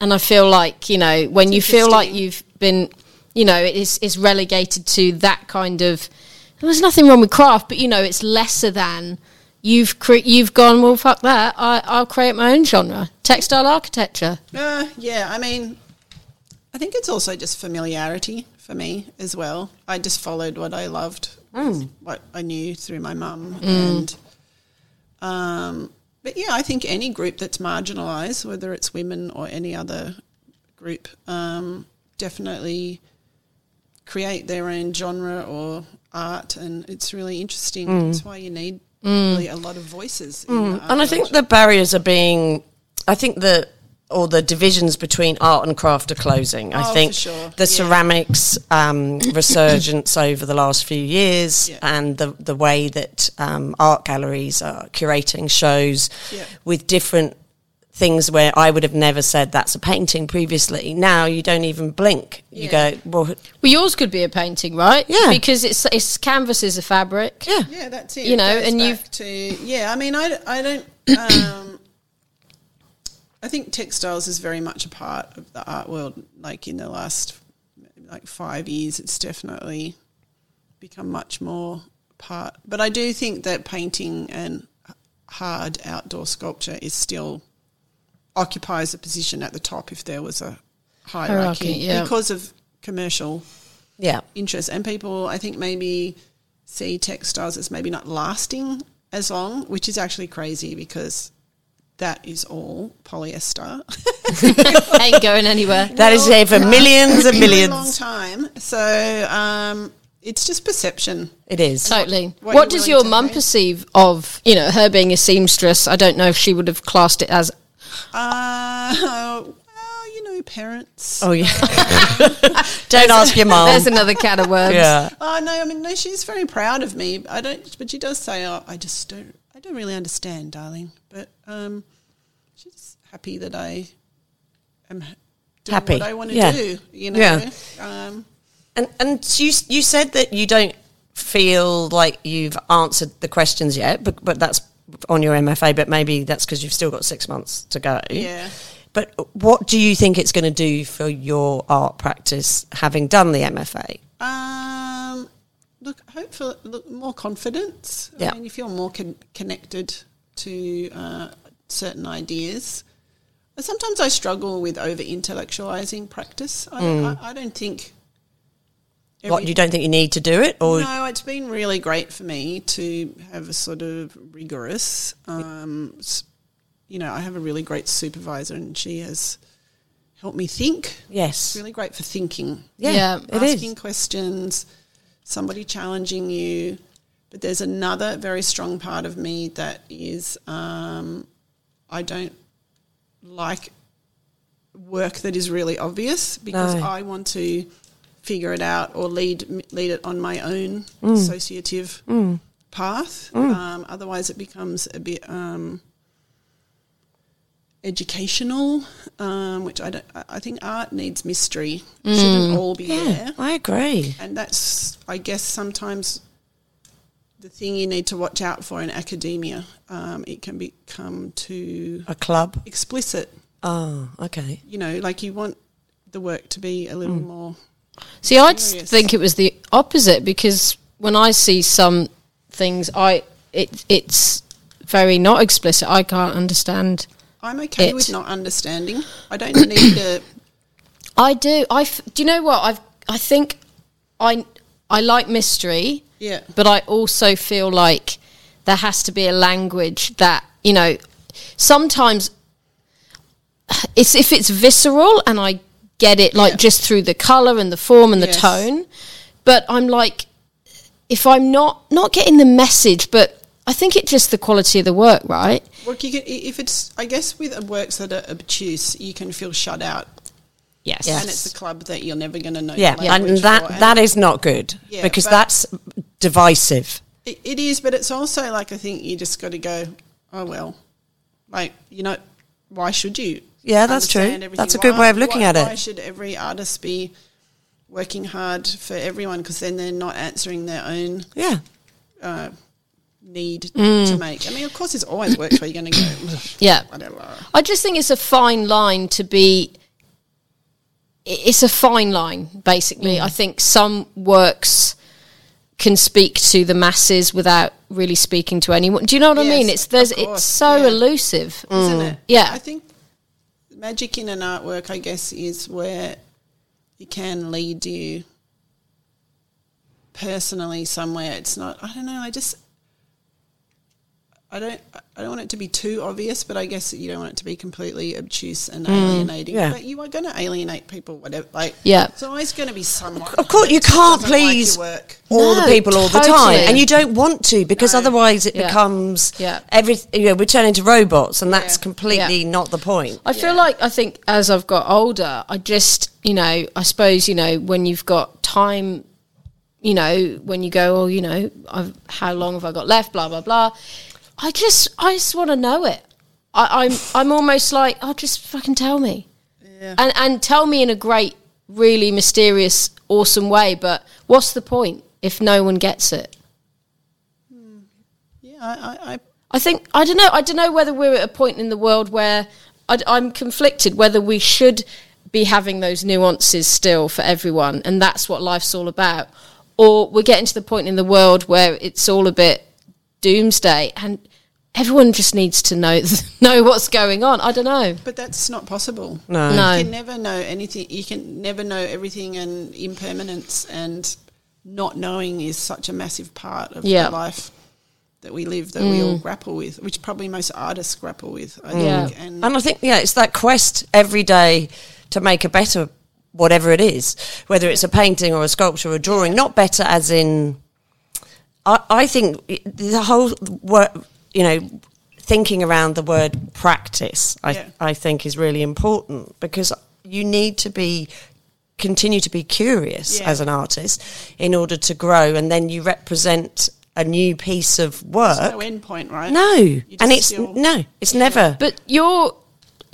Speaker 4: and i feel like you know when you feel like you've been you know it is it's relegated to that kind of there's nothing wrong with craft but you know it's lesser than you've cre- you've gone well fuck that I, i'll create my own genre textile architecture
Speaker 3: Uh, yeah, I mean, I think it's also just familiarity for me as well. I just followed what I loved, what I knew through my mum, and um, but yeah, I think any group that's marginalised, whether it's women or any other group, um, definitely create their own genre or art, and it's really interesting. That's why you need really a lot of voices. In the art
Speaker 5: And I think the barriers are being, I think the, or the divisions between art and craft are closing. I
Speaker 3: Oh,
Speaker 5: think
Speaker 3: for sure.
Speaker 5: the
Speaker 3: Yeah.
Speaker 5: ceramics um, resurgence over the last few years
Speaker 3: Yeah.
Speaker 5: and the, the way that um, art galleries are curating shows
Speaker 3: Yeah.
Speaker 5: with different things where I would have never said that's a painting previously. Now you don't even blink. You go, well,
Speaker 4: well yours could be a painting right
Speaker 5: Yeah.
Speaker 4: because it's it's canvas is a fabric
Speaker 5: yeah.
Speaker 3: Yeah, that's it.
Speaker 4: You
Speaker 3: It
Speaker 4: know,
Speaker 3: goes
Speaker 4: and
Speaker 3: back
Speaker 4: you've-
Speaker 3: to yeah. I mean, I, I don't. Um, I think textiles is very much a part of the art world. Like in the last like five years, it's definitely become much more part. But I do think that painting and hard outdoor sculpture is still occupies a position at the top if there was a hierarchy,
Speaker 4: Hierarchy, yeah.
Speaker 3: because of commercial
Speaker 5: Yeah.
Speaker 3: interest and people i think maybe see textiles as maybe not lasting as long which is actually crazy because that is all polyester
Speaker 4: ain't going anywhere
Speaker 5: That is here for millions and
Speaker 3: a long
Speaker 5: millions.
Speaker 3: time so um, it's just perception
Speaker 5: It is.
Speaker 4: Totally.
Speaker 3: what
Speaker 4: What,
Speaker 3: you're
Speaker 4: does
Speaker 3: willing
Speaker 4: your
Speaker 3: to
Speaker 4: mum
Speaker 3: pay.
Speaker 4: perceive of, you know, her being a seamstress? I don't know if she would have classed it as.
Speaker 3: uh, well, you know parents
Speaker 5: Oh, yeah. don't ask your mom.
Speaker 4: There's another cat of worms.
Speaker 5: yeah.
Speaker 3: Oh no, I mean no, she's very proud of me. I don't, but she does say, "Oh, I just don't, I don't really understand, darling." But um, she's happy that I am h- doing
Speaker 5: Happy.
Speaker 3: what I want to
Speaker 5: Yeah.
Speaker 3: do. You know,
Speaker 5: Yeah.
Speaker 3: um,
Speaker 5: And and so you you said that you don't feel like you've answered the questions yet, but but that's on your MFA. But maybe that's because you've still got six months to go.
Speaker 3: Yeah.
Speaker 5: But what do you think it's going to do for your art practice, having done the MFA?
Speaker 3: um, look, hopefully, look, more confidence.
Speaker 5: Yeah.
Speaker 3: I mean, you feel more con- connected to uh, certain ideas. And Sometimes I struggle with over intellectualizing practice. I, don't
Speaker 5: Mm.
Speaker 3: I, I don't think.
Speaker 5: What you don't think you need to do it, or
Speaker 3: No, it's been really great for me to have a sort of rigorous. Um, s- you know, I have a really great supervisor, and she has helped me think. It's
Speaker 5: yes,
Speaker 3: really great for thinking,
Speaker 4: Yeah,
Speaker 5: it is.
Speaker 3: asking questions, somebody challenging you. But there's another very strong part of me that is um, I don't like work that is really obvious because
Speaker 5: No.
Speaker 3: I want to figure it out or lead lead it on my own associative path. Um, otherwise, it becomes a bit um, educational, um, which I don't. I I think art needs mystery. It Shouldn't all be there,
Speaker 5: I agree.
Speaker 3: and that's I guess sometimes the thing you need to watch out for in academia. Um, it can become too
Speaker 5: A club.
Speaker 3: explicit
Speaker 5: Oh, okay.
Speaker 3: you know, like you want the work to be a
Speaker 5: Mm.
Speaker 3: little more.
Speaker 4: See, I just
Speaker 3: Curious.
Speaker 4: think it was the opposite because when I see some things, I it it's very not explicit. I can't understand.
Speaker 3: I'm okay
Speaker 4: It.
Speaker 3: with not understanding. I don't need to.
Speaker 4: I do. I f- do. You know what? I've. I think. I I like mystery.
Speaker 3: Yeah.
Speaker 4: but I also feel like there has to be a language that you know sometimes it's if it's visceral and I get it like
Speaker 3: Yeah.
Speaker 4: just through the color and the form and
Speaker 3: Yes.
Speaker 4: the tone but I'm like if I'm not not getting the message but I think it's just the quality of the work right
Speaker 3: Look, you can, i- if it's, I guess, with works that are obtuse, you can feel shut out,
Speaker 4: yes
Speaker 3: and it's a club that you're never going to know.
Speaker 5: Yeah,
Speaker 3: your language
Speaker 5: and that
Speaker 3: for, and
Speaker 5: that is not good
Speaker 3: Yeah,
Speaker 5: because
Speaker 3: but-
Speaker 5: that's divisive.
Speaker 3: It, it is, but it's also like I think you just got to go. Oh well, like you know, why should you?
Speaker 5: Yeah, that's true.
Speaker 3: understand everything?
Speaker 5: That's a good way of looking
Speaker 3: why-
Speaker 5: at it.
Speaker 3: Why should every artist be working hard for everyone? Because then they're not answering their own
Speaker 5: Yeah.
Speaker 3: need to
Speaker 5: Mm.
Speaker 3: make. I mean, of course, there's always work where you're going to go.
Speaker 4: Yeah.
Speaker 3: Whatever.
Speaker 4: I just think it's a fine line to be. i- It's a fine line, basically.
Speaker 3: Mm.
Speaker 4: I think some works can speak to the masses without really speaking to anyone. Do you know what I
Speaker 3: Yes,
Speaker 4: mean? It's there's
Speaker 3: of
Speaker 4: it's
Speaker 3: course,
Speaker 4: so
Speaker 3: yeah. Mm.
Speaker 4: elusive.
Speaker 5: Mm.
Speaker 3: isn't it?
Speaker 4: Yeah.
Speaker 3: I think magic in an artwork, I guess, is where it can lead you personally somewhere. It's not. I don't know. I just. I don't. I don't want it to be too obvious, but I guess you don't want it to be completely obtuse and alienating.
Speaker 5: Mm. yeah.
Speaker 3: But you are going to alienate people, whatever. Like,
Speaker 4: Yeah.
Speaker 3: it's always going to be someone.
Speaker 5: Of course, you
Speaker 3: that
Speaker 5: can't
Speaker 3: doesn't like your
Speaker 5: please
Speaker 3: work.
Speaker 5: all
Speaker 4: No,
Speaker 5: the people all the time,
Speaker 4: totally.
Speaker 5: and you don't want to because otherwise it
Speaker 4: Yeah.
Speaker 5: becomes
Speaker 4: Yeah.
Speaker 5: every. You know, we turn into robots, and that's
Speaker 3: Yeah.
Speaker 5: completely not the point.
Speaker 4: I feel like I think as I've got older, I just, you know, I suppose, you know, when you've got time, you know, when you go, oh, you know, I've, how long have I got left, blah, blah, blah. I just, I just want to know it. I, I'm, I'm almost like, oh, just fucking tell me. And, and tell me in a great, really mysterious, awesome way. But what's the point if no one gets it?
Speaker 3: Yeah, I, I, I
Speaker 4: I think I don't know. I don't know whether we're at a point in the world where I, am conflicted whether we should be having those nuances still for everyone, and that's what life's all about, or we're getting to the point in the world where it's all a bit doomsday, and everyone just needs to know know what's going on. I don't know.
Speaker 3: But that's not possible.
Speaker 5: No.
Speaker 4: No.
Speaker 3: You can never know anything. You can never know everything and impermanence and not knowing is such a massive part of
Speaker 4: Yeah. Mm.
Speaker 3: the life that we live that we all grapple with, which probably most artists grapple with, I
Speaker 4: Yeah.
Speaker 3: think. And
Speaker 5: And I think, yeah, it's that quest every day to make a better whatever it is, whether it's a painting or a sculpture or a drawing, not better as in. I, I think i- the whole word, you know, thinking around the word practice, I,
Speaker 3: Yeah.
Speaker 5: I think is really important because you need to be continue to be curious
Speaker 3: Yeah.
Speaker 5: as an artist in order to grow and then you represent a new piece of
Speaker 3: there's
Speaker 5: work
Speaker 3: no end point, right?
Speaker 5: no
Speaker 3: just
Speaker 5: and it's
Speaker 3: feel-
Speaker 5: no it's never
Speaker 4: But your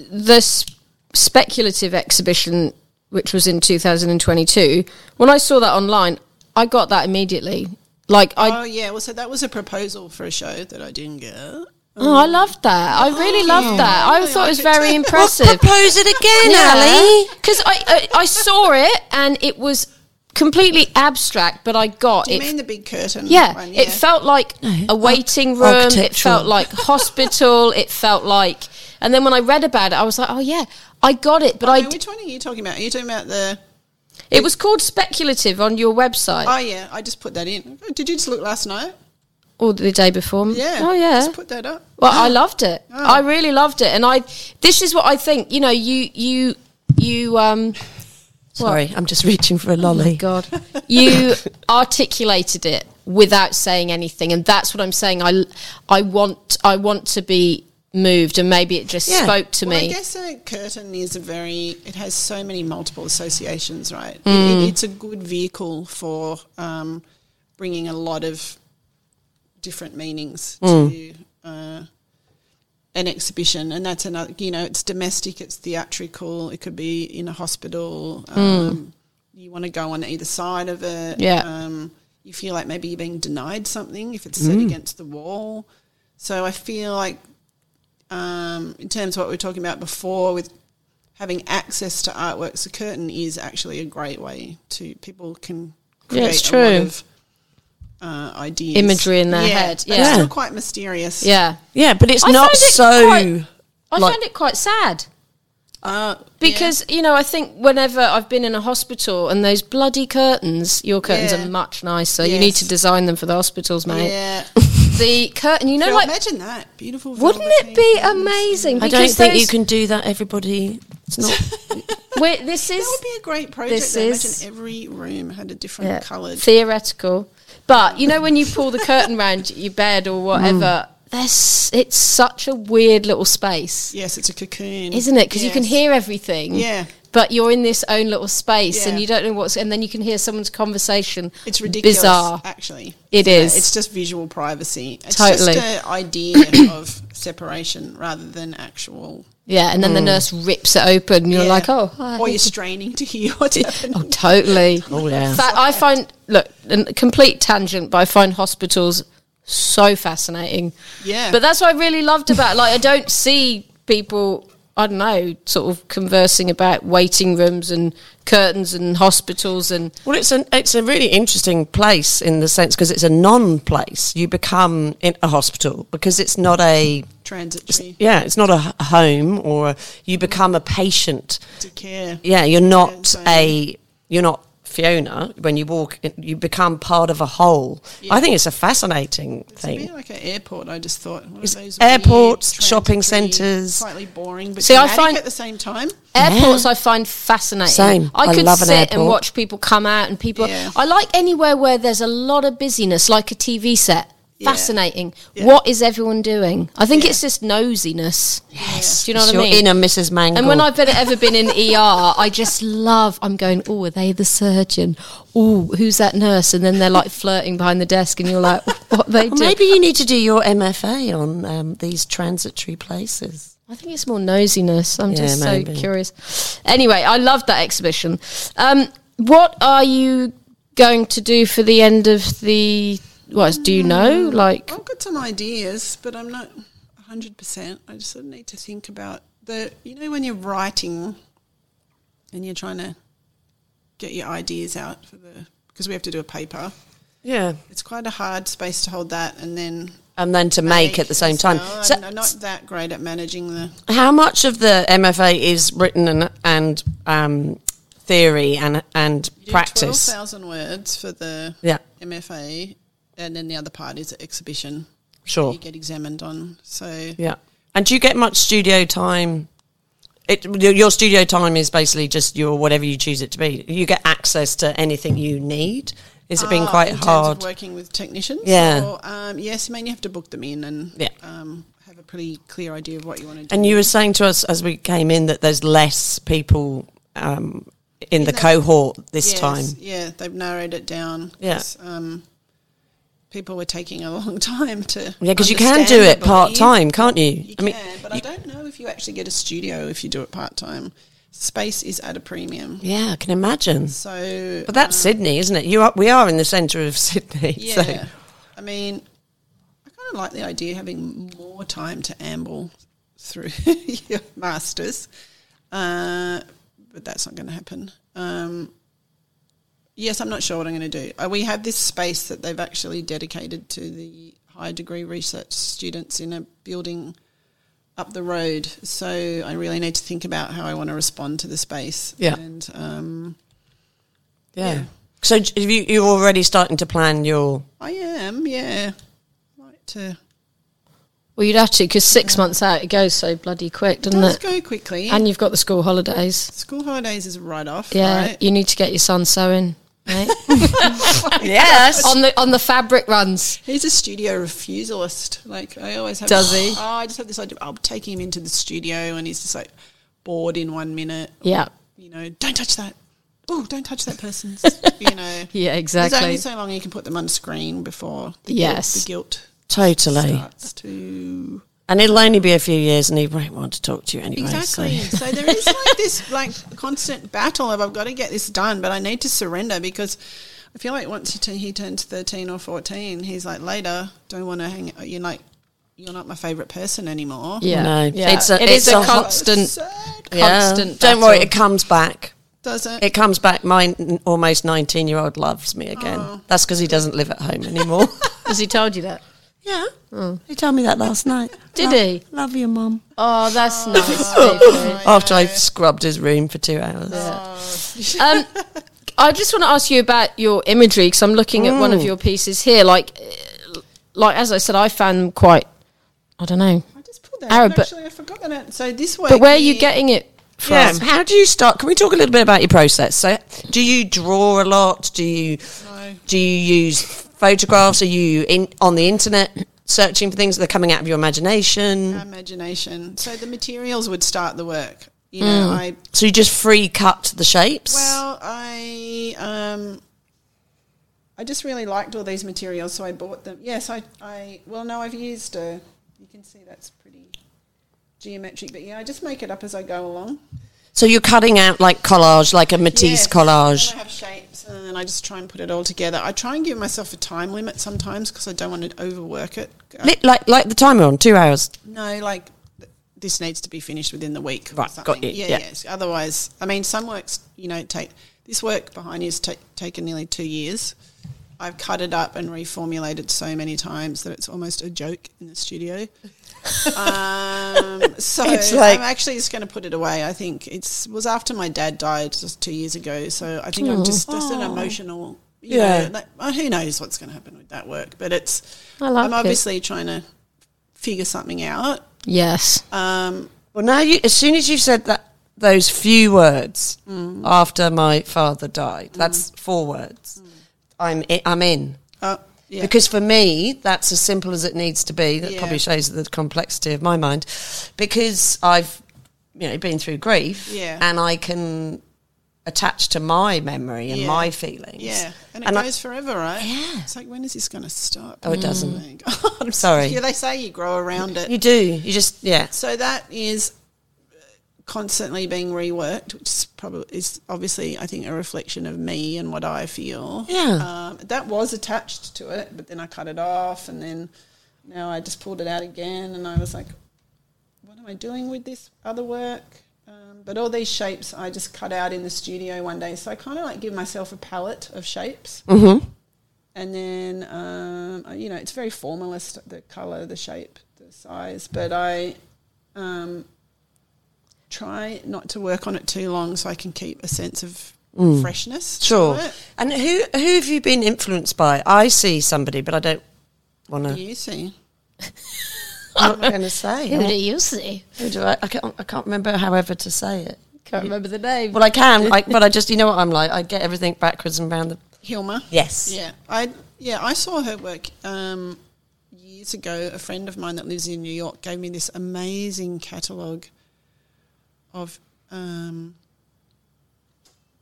Speaker 4: the s- speculative exhibition, which was in 2022, when I saw that online, I got that immediately. Like I
Speaker 3: Oh, yeah. Well, so that was a proposal for a show that I didn't get.
Speaker 4: Oh, I loved that.
Speaker 3: Oh,
Speaker 4: I really loved that. I thought it was very impressive.
Speaker 5: Propose it again, Ali.
Speaker 4: Because I, I, I saw it and it was completely abstract, but I got
Speaker 3: Do you
Speaker 4: it.
Speaker 3: mean the big curtain?
Speaker 4: yeah,
Speaker 3: one? oh,
Speaker 4: it felt like a waiting room. It
Speaker 5: architectural.
Speaker 4: felt like hospital. it felt like, and then when I read about it, I was like, oh yeah, I got it. But I,
Speaker 3: Now,
Speaker 4: d-
Speaker 3: which one are you talking about? Are you talking about the.
Speaker 4: it was called speculative on your website
Speaker 3: Oh, yeah. I just put that in. Did you just look last night?
Speaker 4: or the day before.
Speaker 3: Yeah.
Speaker 4: Oh yeah.
Speaker 3: Just put Oh. that up.
Speaker 4: Well, I loved it. I really loved it, and I. This is what I think. You know, you you you um.
Speaker 5: Sorry, I'm just reaching for a
Speaker 4: Oh my
Speaker 5: lolly.
Speaker 4: god you articulated it without saying anything and that's what i'm saying i i want i want to be moved and maybe it just
Speaker 5: Yeah.
Speaker 4: spoke to
Speaker 3: Well, I
Speaker 4: me
Speaker 3: guess a curtain is a very, it has so many multiple associations, right? It-
Speaker 4: Mm.
Speaker 3: It, it's a good vehicle for um, bringing a lot of different meanings
Speaker 4: Mm.
Speaker 3: to uh, an exhibition. And that's another, you know, it's domestic, it's theatrical, it could be in a hospital. Um, You want to go on either side of it.
Speaker 4: Mm. Yeah.
Speaker 3: Um, you feel like maybe you're being denied something if it's
Speaker 4: Mm.
Speaker 3: set against the wall. So I feel like um, in terms of what we were talking about before with having access to artworks, the curtain is actually a great way to people can create
Speaker 4: Yeah, it's
Speaker 3: a lot
Speaker 4: true.
Speaker 3: of uh, ideas,
Speaker 4: Imagery in their
Speaker 3: Yeah,
Speaker 4: head,
Speaker 3: but
Speaker 4: yeah.
Speaker 3: it's still quite mysterious.
Speaker 4: yeah
Speaker 5: Yeah, but it's
Speaker 4: I
Speaker 5: not
Speaker 4: found it
Speaker 5: so.
Speaker 4: quite- i
Speaker 5: Like-
Speaker 4: found it quite sad
Speaker 3: Uh, yeah.
Speaker 4: because you know i think whenever i've been in a hospital and those bloody curtains your curtains
Speaker 3: Yeah.
Speaker 4: are much nicer you need
Speaker 3: Yes.
Speaker 4: to design them for the hospitals mate
Speaker 3: yeah,
Speaker 4: the curtain you know
Speaker 3: Well,
Speaker 4: like
Speaker 3: imagine that beautiful.
Speaker 4: wouldn't
Speaker 3: velvety
Speaker 4: it be
Speaker 3: curtains.
Speaker 4: amazing
Speaker 5: I don't think you
Speaker 4: those-
Speaker 5: can do that. Everybody, it's not.
Speaker 4: we're- this
Speaker 3: That
Speaker 4: is
Speaker 3: would be a great project.
Speaker 4: This
Speaker 3: though.
Speaker 4: is-
Speaker 3: Imagine every room had a different
Speaker 4: Yeah.
Speaker 3: coloured.
Speaker 4: theoretical. But you know when you pull the curtain round your bed or whatever, there's it's such a weird little space,
Speaker 3: yes, it's a cocoon,
Speaker 4: isn't it? Because you can
Speaker 3: Yes.
Speaker 4: hear everything.
Speaker 3: Yeah.
Speaker 4: but you're in this own little space and
Speaker 3: Yeah.
Speaker 4: you don't know what's, and then you can hear someone's conversation.
Speaker 3: It's ridiculous,
Speaker 4: Bizarre.
Speaker 3: actually.
Speaker 4: It
Speaker 3: Yeah,
Speaker 4: is.
Speaker 3: It's just visual privacy. It's
Speaker 4: Totally.
Speaker 3: just an idea of separation rather than actual.
Speaker 4: Yeah. And then the nurse rips it open and you're
Speaker 3: Yeah.
Speaker 4: like, oh, hi.
Speaker 3: Or you're straining to hear what's happening.
Speaker 4: Oh, totally.
Speaker 5: Oh, yeah.
Speaker 4: In fact, I find look a complete tangent, but I find hospitals so fascinating.
Speaker 3: Yeah.
Speaker 4: but that's what I really loved about. it. Like, I don't see people. I don't know, sort of conversing about waiting rooms and curtains and hospitals and
Speaker 5: Well, it's an it's a really interesting place in the sense because it's a non-place. You become in a hospital because it's not a
Speaker 3: Transitory
Speaker 5: yeah, it's not a h- home or a, you become a patient.
Speaker 3: to care.
Speaker 5: Yeah, you're not
Speaker 3: so-
Speaker 5: a you're not Fiona when you walk. in- You become part of a whole. I think it's a fascinating
Speaker 3: It'd
Speaker 5: thing.
Speaker 3: be like an airport. I just thought. What are
Speaker 5: It's
Speaker 3: those
Speaker 5: airports,
Speaker 3: weird,
Speaker 5: shopping
Speaker 3: transitory,
Speaker 5: centres.
Speaker 3: Slightly boring, but
Speaker 4: See, I
Speaker 3: dramatic
Speaker 4: find-
Speaker 3: at the same time.
Speaker 4: Airports I find fascinating.
Speaker 5: Same.
Speaker 4: I
Speaker 5: I
Speaker 4: could
Speaker 5: love an
Speaker 4: sit and
Speaker 5: airport.
Speaker 4: watch people come out and people.
Speaker 3: Yeah.
Speaker 4: I like anywhere where there's a lot of busyness, like a TV set.
Speaker 3: Yeah.
Speaker 4: Fascinating.
Speaker 3: Yeah.
Speaker 4: What is everyone doing? I think
Speaker 3: Yeah.
Speaker 4: it's just nosiness. Yes. Do you know
Speaker 5: It's
Speaker 4: what I
Speaker 5: your
Speaker 4: mean?
Speaker 5: inner Mrs. Mangle.
Speaker 4: And when I've been, ever been in ER, I just love. I'm going. Oh, are they the surgeon? Oh, who's that nurse? And then they're like flirting behind the desk, and you're like, what they do?
Speaker 5: Maybe you need to do your MFA on um, these transitory places.
Speaker 4: I think it's more nosiness. I'm
Speaker 5: Yeah,
Speaker 4: just so
Speaker 5: maybe.
Speaker 4: curious. Anyway, I loved that exhibition. Um, what are you going to do for the end of the? Well, do you know? Like,
Speaker 3: I've got some ideas, but I'm not 100%. I just sort of need to think about the, you know, when you're writing and you're trying to get your ideas out for the, because we have to do a paper,
Speaker 5: Yeah,
Speaker 3: it's quite a hard space to hold that and then
Speaker 5: and then to make at the same time.
Speaker 3: So,
Speaker 5: So-
Speaker 3: I'm not that great at managing the,
Speaker 5: How much of the MFA is written and and um, theory and and
Speaker 3: you do
Speaker 5: practice?
Speaker 3: 12,000 words for the
Speaker 5: Yeah.
Speaker 3: MFA, and then the other part is exhibition.
Speaker 5: Sure.
Speaker 3: You get examined on. So,
Speaker 5: Yeah. And do you get much studio time? It, your your studio time is basically just your whatever you choose it to be. You get access to anything you need. Is it been
Speaker 3: Uh,
Speaker 5: quite
Speaker 3: in
Speaker 5: hard?
Speaker 3: terms of working with technicians.
Speaker 5: Yeah.
Speaker 3: Or, um, yes, I mean you have to book them in and
Speaker 5: Yeah.
Speaker 3: um, have a pretty clear idea of what you want to do.
Speaker 5: And you were saying to us as we came in that there's less people um, in the
Speaker 3: that-
Speaker 5: cohort this
Speaker 3: Yes,
Speaker 5: time.
Speaker 3: yeah, they've narrowed it down.
Speaker 5: Yeah.
Speaker 3: 'cause, Um, people were taking a long time to.
Speaker 5: Yeah, because you can do
Speaker 3: understand
Speaker 5: it
Speaker 3: the body.
Speaker 5: part time, can't you?
Speaker 3: You can, but I don't know if you actually get a studio if you do it part time. Space is at a premium,
Speaker 5: yeah, I can imagine.
Speaker 3: so
Speaker 5: But that's Sydney, isn't it? You are, we are in the centre of Sydney.
Speaker 3: Yeah.
Speaker 5: So.
Speaker 3: I mean, I kind of like the idea of having more time to amble through your masters, uh, but that's not going to happen. Um, yes, I'm not sure what I'm going to do. Uh, we have this space that they've actually dedicated to the higher degree research students in a building up the road. So I really need to think about how I want to respond to the space.
Speaker 5: Yeah.
Speaker 3: And um,
Speaker 5: Yeah. So j- have you, you're already starting to plan your.
Speaker 3: I am, yeah. I'd like to.
Speaker 4: well, you'd have to because six months out, it goes so bloody quick, doesn't
Speaker 3: does
Speaker 4: it?
Speaker 3: go quickly.
Speaker 4: And you've got the school holidays.
Speaker 3: School holidays is a write off.
Speaker 4: Yeah,
Speaker 3: Right?
Speaker 4: you need to get your son sewing. Right?
Speaker 5: Yes.
Speaker 4: on the on the fabric runs.
Speaker 3: He's a studio refusalist. Like, I always have.
Speaker 4: Does he?
Speaker 3: Oh, I just have this idea. I'll take him into the studio and he's just like bored in one minute.
Speaker 4: Yeah,
Speaker 3: You know, don't touch that. Oh, don't touch that person's. you know.
Speaker 4: yeah,
Speaker 3: There's only
Speaker 4: exactly.
Speaker 3: so long you can put them on screen before the
Speaker 4: Yes.
Speaker 3: guilt, the guilt
Speaker 5: Totally.
Speaker 3: starts to
Speaker 5: And it'll only be a few years and he won't want to talk to you anyway.
Speaker 3: Exactly.
Speaker 5: So.
Speaker 3: So. there is like this like constant battle of I've got to get this done, but I need to surrender because I feel like once he, t- he turns thirteen or fourteen, he's like later don't want to hang. You're like you're not my favorite person anymore.
Speaker 4: Yeah,
Speaker 5: No,
Speaker 4: yeah.
Speaker 5: it's a-
Speaker 4: It is
Speaker 5: it's
Speaker 4: a
Speaker 5: a hot-
Speaker 4: constant.
Speaker 3: Sad,
Speaker 4: Constant
Speaker 5: Don't worry,
Speaker 4: battle.
Speaker 5: it comes back.
Speaker 3: doesn't
Speaker 5: It comes back. My n- almost 19 year old loves me again. That's because he doesn't live at home anymore.
Speaker 4: Has he told you that?
Speaker 5: yeah. He told me that last night.
Speaker 4: Did he?
Speaker 5: Love you, Mum.
Speaker 4: Oh, that's nice. Adrian.
Speaker 5: After I scrubbed his room for two hours.
Speaker 4: um, I just want to ask you about your imagery because I'm looking at one of your pieces here. Like, uh, like as I said, I found them quite. I don't know,
Speaker 3: I just pulled that.
Speaker 4: Arab,
Speaker 3: Arab,
Speaker 4: but-
Speaker 3: actually, I forgot that. out. So this way,
Speaker 4: but where are you getting it from?
Speaker 5: Yeah. How do you start? Can we talk a little bit about your process? So, do you draw a lot? Do you
Speaker 3: No.
Speaker 5: do you use photographs? Are you in on the internet searching for things that are coming out of your imagination?
Speaker 3: imagination. So the materials would start the work. you know,
Speaker 4: Mm.
Speaker 3: I
Speaker 5: So you just free cut the shapes.
Speaker 3: well, I um, I just really liked all these materials, so I bought them. Yes, I, I well, no, I've used a. You can see that's pretty geometric, but yeah, I just make it up as I go along.
Speaker 5: so you're cutting out like collage, like a Matisse
Speaker 3: Yes,
Speaker 5: collage.
Speaker 3: and I have shapes, and then I just try and put it all together. I try and give myself a time limit sometimes because I don't want to overwork it. Uh,
Speaker 5: Li- Like like the timer on two hours.
Speaker 3: No, like th- this needs to be finished within the week.
Speaker 5: Right, got
Speaker 3: something.
Speaker 5: you,
Speaker 3: Yeah,
Speaker 5: yeah.
Speaker 3: yes. Otherwise, I mean, some works, you know, take this work behind you has ta- taken nearly two years. I've cut it up and reformulated so many times that it's almost a joke in the studio. um, so
Speaker 5: It's like-
Speaker 3: I'm actually just going to put it away. I think it's was after my dad died just two years ago, so I think I'm just just an emotional. You
Speaker 5: Yeah.
Speaker 3: know, like, well, who knows what's going to happen with that work? But it's
Speaker 4: I like
Speaker 3: I'm
Speaker 4: it.
Speaker 3: obviously trying to figure something out.
Speaker 4: Yes.
Speaker 3: Um,
Speaker 5: Well, now you, as soon as you've said that those few words
Speaker 3: Mm.
Speaker 5: after my father died, that's four words. I'm i- I'm in.
Speaker 3: uh, Mm. yeah.
Speaker 5: Because for me, that's as simple as it needs to be. That
Speaker 3: Yeah.
Speaker 5: probably shows the complexity of my mind. Because I've, you know, been through grief,
Speaker 3: Yeah.
Speaker 5: and I can attach to my memory and
Speaker 3: Yeah.
Speaker 5: my feelings.
Speaker 3: yeah, and it
Speaker 5: And I-
Speaker 3: goes forever, right? Yeah. It's like when is this going to stop?
Speaker 5: Oh, it doesn't.
Speaker 3: my God.
Speaker 5: I'm sorry.
Speaker 3: Yeah, they say you grow around it.
Speaker 5: You do. You just yeah.
Speaker 3: So that is constantly being reworked, which is probably is obviously I think a reflection of me and what I feel.
Speaker 5: Yeah.
Speaker 3: Um, that was attached to it, but then I cut it off, and then now I just pulled it out again, and I was like, "What am I doing with this other work?" Um, but all these shapes I just cut out in the studio one day, so I kind of like give myself a palette of shapes. Mm-hmm. And then, um, you know, it's very formalist the color, the shape, the size. But I um, try not to work on it too long so I can keep a sense of freshness. to
Speaker 5: Mm. Sure.
Speaker 3: it.
Speaker 5: And who who have you been influenced by? I see somebody, but I don't want to.
Speaker 3: You see.
Speaker 5: What am I going to say?
Speaker 4: Who do you see?
Speaker 5: Who do I? I can't, I can't remember however to say it.
Speaker 4: Can't remember the name.
Speaker 5: Well, I can, I, but I just you know what I'm like. I get everything backwards and round. The,
Speaker 3: Hilma.
Speaker 5: yes.
Speaker 3: Yeah. I yeah, I saw her work um, years ago. A friend of mine that lives in New York gave me this amazing catalogue of um,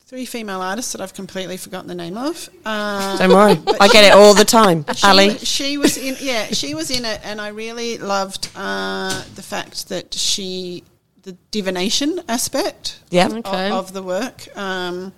Speaker 3: three female artists that I've completely forgotten the name of. Um,
Speaker 5: Don't worry, I get it all the time.
Speaker 3: she
Speaker 5: Ali,
Speaker 3: wa- she was in. Yeah, she was in it, and I really loved uh, the fact that she the divination aspect.
Speaker 5: Yeah.
Speaker 3: of,
Speaker 4: Okay.
Speaker 3: of the work. Um,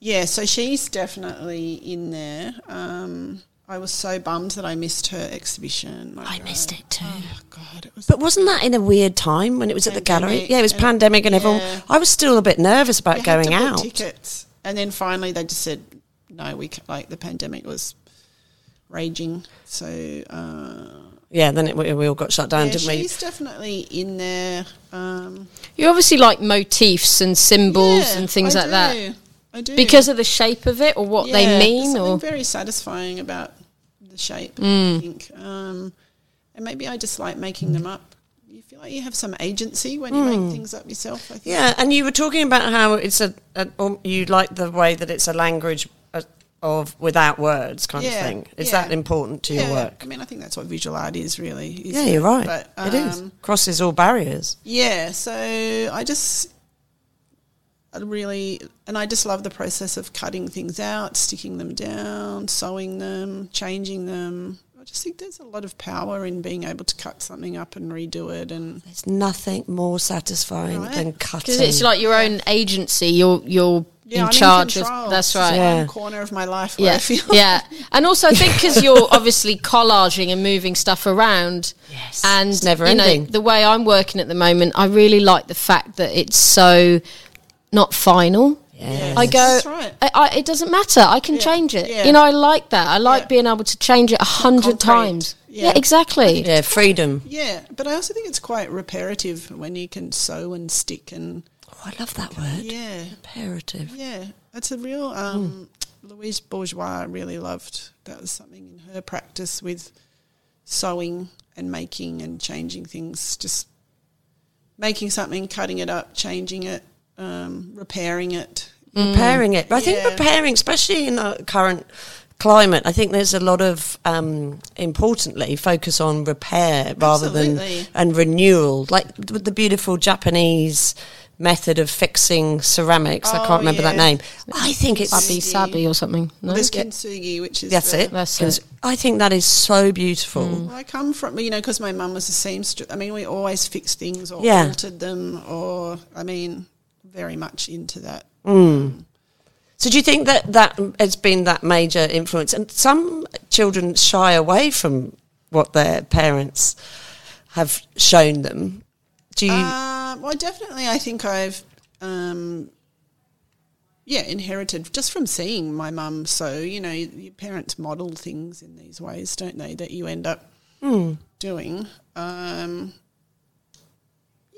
Speaker 3: yeah, so she's definitely in there. Um, I was so bummed that I missed her exhibition. My
Speaker 4: I
Speaker 3: God.
Speaker 4: missed it too.
Speaker 3: Oh God, it was.
Speaker 5: but wasn't that in a weird time when it was at the gallery?
Speaker 3: Pandemic
Speaker 5: Yeah, it was
Speaker 3: and-
Speaker 5: pandemic and everyone.
Speaker 3: yeah.
Speaker 5: I was still a bit nervous about
Speaker 3: You
Speaker 5: going
Speaker 3: had to book
Speaker 5: out.
Speaker 3: Tickets, and then finally they just said, "No, we can like the pandemic was raging." So. Uh,
Speaker 5: Yeah, then it, we, we all got shut down,
Speaker 3: Yeah,
Speaker 5: didn't we?
Speaker 3: she's definitely in there. Um,
Speaker 4: You obviously like motifs and symbols
Speaker 3: yeah,
Speaker 4: and things
Speaker 3: I
Speaker 4: like that
Speaker 3: do. I do
Speaker 4: because of the shape of it or what
Speaker 3: Yeah,
Speaker 4: they
Speaker 3: there's
Speaker 4: mean
Speaker 3: something
Speaker 4: or Mm.
Speaker 3: very satisfying about the shape. I think, um, and maybe I just like making them up. You feel like you have some agency when you
Speaker 4: Mm.
Speaker 3: make things up yourself. I think.
Speaker 5: Yeah, and you were talking about how it's a, a um, you like the way that it's a language uh, of without words kind of
Speaker 3: Yeah,
Speaker 5: thing. Is
Speaker 3: yeah.
Speaker 5: that important to your
Speaker 3: Yeah,
Speaker 5: work?
Speaker 3: I mean, I think that's what visual art is really. isn't
Speaker 5: Yeah, you're
Speaker 3: it?
Speaker 5: right.
Speaker 3: But,
Speaker 5: it is
Speaker 3: um,
Speaker 5: crosses all barriers.
Speaker 3: Yeah, so I just I really and I just love the process of cutting things out, sticking them down, sewing them, changing them. I just think there's a lot of power in being able to cut something up and redo it and
Speaker 5: There's nothing more satisfying
Speaker 3: Right.
Speaker 5: than
Speaker 4: because
Speaker 5: cutting.
Speaker 4: it's like your own agency. You're you're in
Speaker 3: I'm
Speaker 4: charge
Speaker 3: control.
Speaker 4: of. That's
Speaker 3: It's just
Speaker 4: right.
Speaker 5: Yeah.
Speaker 3: one corner of my life where I
Speaker 4: Yeah,
Speaker 3: feel
Speaker 4: yeah, and also I think because you're obviously collaging and moving stuff around,
Speaker 5: Yes.
Speaker 4: and
Speaker 5: It's never
Speaker 4: you
Speaker 5: ending.
Speaker 4: know the way I'm working at the moment, I really like the fact that it's so not final.
Speaker 5: Yes.
Speaker 4: I go.
Speaker 3: That's right.
Speaker 4: I, I, it doesn't matter. I can change it.
Speaker 3: yeah.
Speaker 4: You know, I like that. I like
Speaker 3: Yeah.
Speaker 4: being able to change it a hundred
Speaker 3: concrete.
Speaker 4: times.
Speaker 3: Yeah.
Speaker 4: Yeah, exactly.
Speaker 5: yeah, freedom.
Speaker 3: Yeah, but I also think it's quite reparative when you can sew and stick and
Speaker 5: Oh, I love that word.
Speaker 3: yeah,
Speaker 5: Imperative.
Speaker 3: yeah. It's a real um, Louise Bourgeois really loved that was something in her practice with sewing and making and changing things, just making something, cutting it up, changing it, um, repairing it.
Speaker 5: Mm, Repairing it. But I think
Speaker 3: Yeah.
Speaker 5: repairing, especially in the current climate, I think there's a lot of um, importantly focus on repair rather
Speaker 3: Absolutely.
Speaker 5: than and renewal, like th- with the beautiful Japanese method of fixing ceramics. I
Speaker 3: Oh,
Speaker 5: can't remember that
Speaker 3: yeah.
Speaker 5: name. I think it's
Speaker 4: Sabi Sabi or something. No?
Speaker 3: There's kintsugi, which is
Speaker 5: that's
Speaker 3: the-
Speaker 5: it.
Speaker 4: That's
Speaker 5: Cons-
Speaker 4: it.
Speaker 5: I think that is so beautiful.
Speaker 3: Well, I come from, you know, because my mum was a seamstress. I mean, we always fixed things or
Speaker 5: Yeah.
Speaker 3: altered them, or I mean, very much into that.
Speaker 5: So do you think that that has been that major influence? And some children shy away from what their parents have shown them. Do you?
Speaker 4: Uh,
Speaker 3: Um, well, definitely, I think I've, um, yeah, inherited just from seeing my mum. So you know, your parents model things in these ways, don't they? That you end up
Speaker 4: Hmm.
Speaker 3: doing. Um,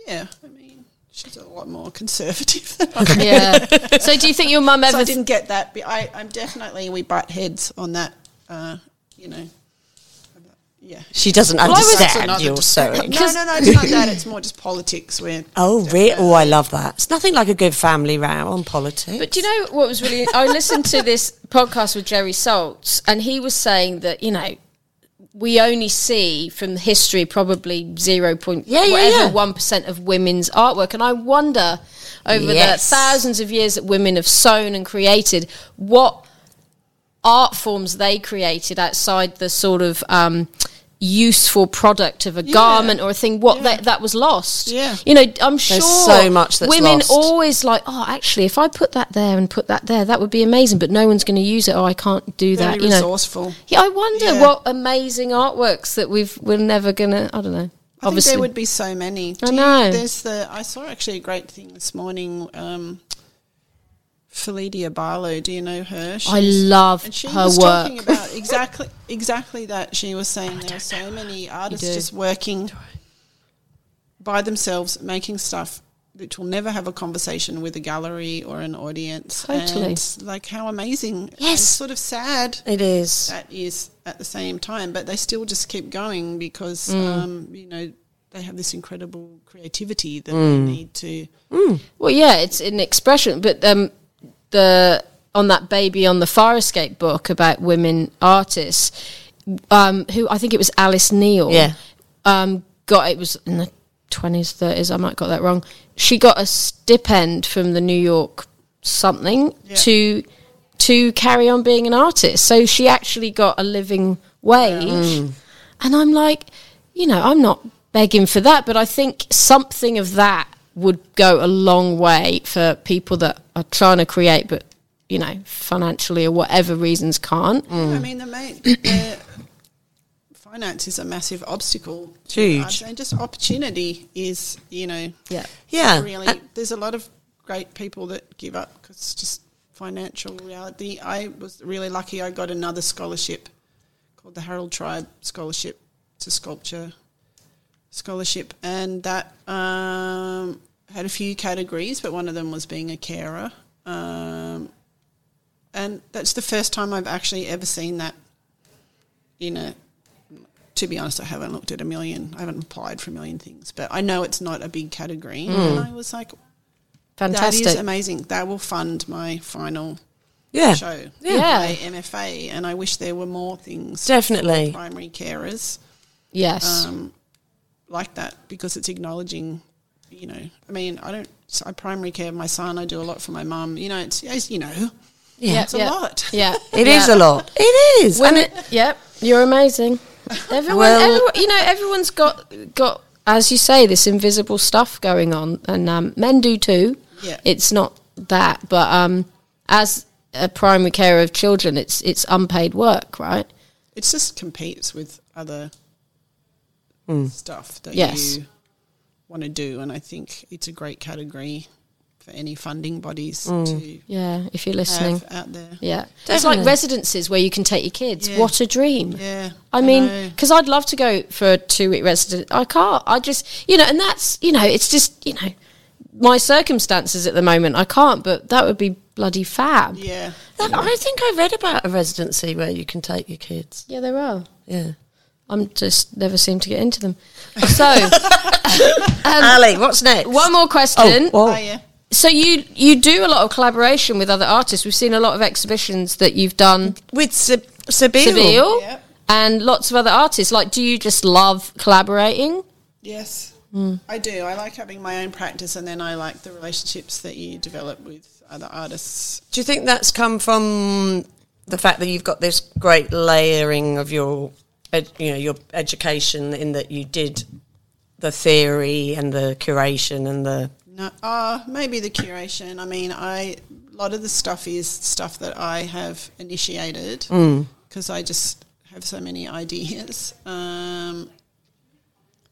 Speaker 3: yeah, I mean, she's a lot more conservative than I.
Speaker 4: yeah. So do you think your mum
Speaker 3: So I
Speaker 4: ever?
Speaker 3: didn't get that. But I, I'm definitely we butt heads on that. Uh, you know, yeah.
Speaker 5: she doesn't
Speaker 4: I was-
Speaker 5: understand
Speaker 3: Another
Speaker 5: your sewing.
Speaker 3: No, no, no. It's not that. It's more just politics. Where
Speaker 5: Oh, really? Oh, I love that. It's nothing like a good family row on politics.
Speaker 4: But do you know what was really? I listened to this podcast with Jerry Saltz, and he was saying that you know we only see from history probably zero point
Speaker 5: Yeah, yeah, yeah.
Speaker 4: whatever one of women's artwork, and I wonder over
Speaker 5: Yes.
Speaker 4: the thousands of years that women have sewn and created what art forms they created outside the sort of. Um, useful product of a garment or a thing what that, that was lost
Speaker 3: Yeah.
Speaker 4: you know i'm sure
Speaker 5: so much that's
Speaker 4: women
Speaker 5: lost.
Speaker 4: always like oh actually if i put that there and put that there that would be amazing but no one's going to use it oh i can't do
Speaker 3: very
Speaker 4: that you know
Speaker 3: resourceful.
Speaker 4: yeah i wonder
Speaker 3: Yeah.
Speaker 4: what amazing artworks that we've we're never gonna i don't know
Speaker 3: I
Speaker 4: obviously
Speaker 3: think there would be so many. Do
Speaker 4: I
Speaker 3: you-
Speaker 4: know.
Speaker 3: there's the. I saw actually a great thing this morning. Um, Felidia Barlow, do you know her?
Speaker 4: I
Speaker 3: She's-
Speaker 4: love
Speaker 3: and she
Speaker 4: her
Speaker 3: was talking
Speaker 4: work.
Speaker 3: about exactly exactly that. She was saying there are so many artists
Speaker 4: do.
Speaker 3: just working by themselves, making stuff which will never have a conversation with a gallery or an audience.
Speaker 4: Totally.
Speaker 3: And, like how amazing. And
Speaker 4: Yes.
Speaker 3: sort of sad
Speaker 5: it is.
Speaker 3: that is at the same time, but they still just keep going because um, you know they have this incredible creativity that they need to.
Speaker 4: well yeah it's an expression but um the on that baby on the fire escape book about women artists um who i think it was alice neal
Speaker 5: Yeah.
Speaker 4: um, got it was in the twenties, thirties. I might got that wrong. She got a stipend from the New York something to to carry on being an artist. So she actually got a living wage,
Speaker 3: Mm.
Speaker 4: and I'm like, you know, I'm not begging for that, but I think something of that would go a long way for people that are trying to create, but you know, financially or whatever reasons can't.
Speaker 3: I mean, the main the finance is a massive obstacle. to
Speaker 5: Huge.
Speaker 3: arts, and just opportunity is you know
Speaker 4: Yeah.
Speaker 5: Yeah. Uh,
Speaker 3: really.
Speaker 5: And-
Speaker 3: There's a lot of great people that give up because it's just financial reality. I was really lucky. I got another scholarship called the Harold Tribe Scholarship to Sculpture Scholarship, and that um, had a few categories, but one of them was being a carer. Um, and that's the first time I've actually ever seen that in a to be honest, I haven't looked at a million. I haven't applied for a million things, but I know it's not a big category. And I was like,
Speaker 4: Fantastic.
Speaker 3: that is amazing. That will fund my final
Speaker 5: yeah.
Speaker 3: show,
Speaker 4: Yeah.
Speaker 3: my MFA. And I wish there were more things
Speaker 5: Definitely.
Speaker 3: for primary carers
Speaker 4: yes.
Speaker 3: Um, like that because it's acknowledging, you know, I mean, I don't, I primary care my son, I do a lot for my mum. You know, it's, it's, you know,
Speaker 4: yeah,
Speaker 3: it's a lot.
Speaker 4: Yeah,
Speaker 5: It is
Speaker 4: yeah.
Speaker 5: a lot. It is.
Speaker 4: When
Speaker 5: and
Speaker 4: it, yep, you're amazing. Everyone,
Speaker 5: Well-
Speaker 4: everyone, you know, everyone's got got as you say this invisible stuff going on, and um, men do too.
Speaker 3: Yeah.
Speaker 4: it's not that, but um, as a primary carer of children, it's it's unpaid work, right?
Speaker 3: It just competes with other stuff that
Speaker 4: Hmm. Yes.
Speaker 3: you want to do. And I think it's a great category for any funding bodies to
Speaker 4: Yeah, if you're
Speaker 3: have
Speaker 4: listening.
Speaker 3: out there.
Speaker 4: Hmm. Yeah, it's like residences where you can take your kids.
Speaker 3: Yeah.
Speaker 4: What a dream!
Speaker 3: Yeah.
Speaker 4: I mean,
Speaker 3: know.
Speaker 4: because I'd love to go for a two week resident. I can't. I just, you know, and that's, you know, it's just, you know, my circumstances at the moment. I can't, but that would be bloody fab. Yeah,
Speaker 3: yeah.
Speaker 5: That- I think I read about a residency where you can take your kids.
Speaker 4: there are.
Speaker 5: Yeah.
Speaker 4: I'm just never seem to get into them. So, um,
Speaker 5: Ali, what's next?
Speaker 4: one more
Speaker 5: Oh,
Speaker 4: question.
Speaker 5: whoa.
Speaker 3: Oh, yeah.
Speaker 4: So you you do a lot of collaboration with other artists. We've seen a lot of exhibitions that you've done.
Speaker 5: with Sa- Sabil.
Speaker 4: Seville
Speaker 3: Yep.
Speaker 4: and lots of other artists. Like, do you just love collaborating?
Speaker 3: Yes, I do. I like having my own practice, and then I like the relationships that you develop with other artists.
Speaker 5: Do you think that's come from the fact that you've got this great layering of your, ed, you know, your education in that you did the theory and the curation and the
Speaker 3: No, uh, maybe the curation. I mean, I a lot of the stuff is stuff that I have initiated because I just have so many ideas. Um,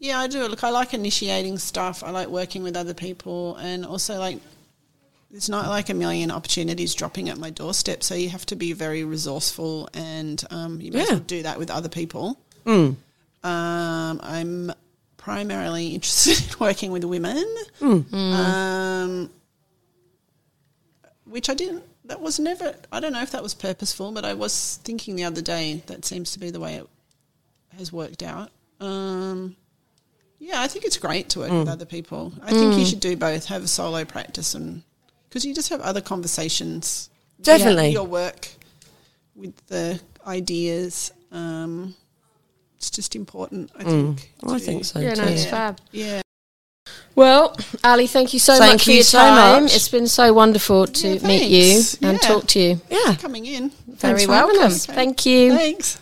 Speaker 3: yeah, I do. Look, I like initiating stuff. I like working with other people, and also like there's not like a million opportunities dropping at my doorstep, so you have to be very resourceful, and um, you may as
Speaker 5: Yeah.
Speaker 3: well do that with other people. Um, I'm primarily interested in working with women, um, which I didn't. That was never. I don't know if that was purposeful, but I was thinking the other day that seems to be the way it has worked out. Um, yeah, I think it's great to work with other people. I think you should do both. Have a solo practice, and because you just have other conversations.
Speaker 5: Definitely.
Speaker 3: your work with the ideas. Um, it's just important, I think.
Speaker 5: Mm. I
Speaker 3: to-
Speaker 5: think so
Speaker 4: Yeah, no,
Speaker 5: too.
Speaker 4: it's fab.
Speaker 3: Yeah.
Speaker 4: Well, Ali, thank you so
Speaker 5: Thank
Speaker 4: much for
Speaker 5: you
Speaker 4: your
Speaker 5: so
Speaker 4: time.
Speaker 5: much.
Speaker 4: It's been so wonderful to
Speaker 3: Yeah,
Speaker 4: meet you
Speaker 3: thanks.
Speaker 4: and
Speaker 3: Yeah.
Speaker 4: talk to you.
Speaker 5: Yeah.
Speaker 3: Coming in.
Speaker 4: Very
Speaker 5: for
Speaker 4: welcome.
Speaker 5: having
Speaker 3: us.
Speaker 4: Thank you.
Speaker 3: Thanks.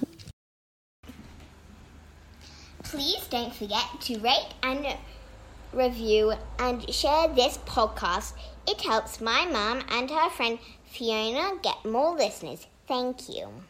Speaker 6: Please don't forget to rate and review and share this podcast. It helps my mum and her friend Fiona get more listeners. Thank you.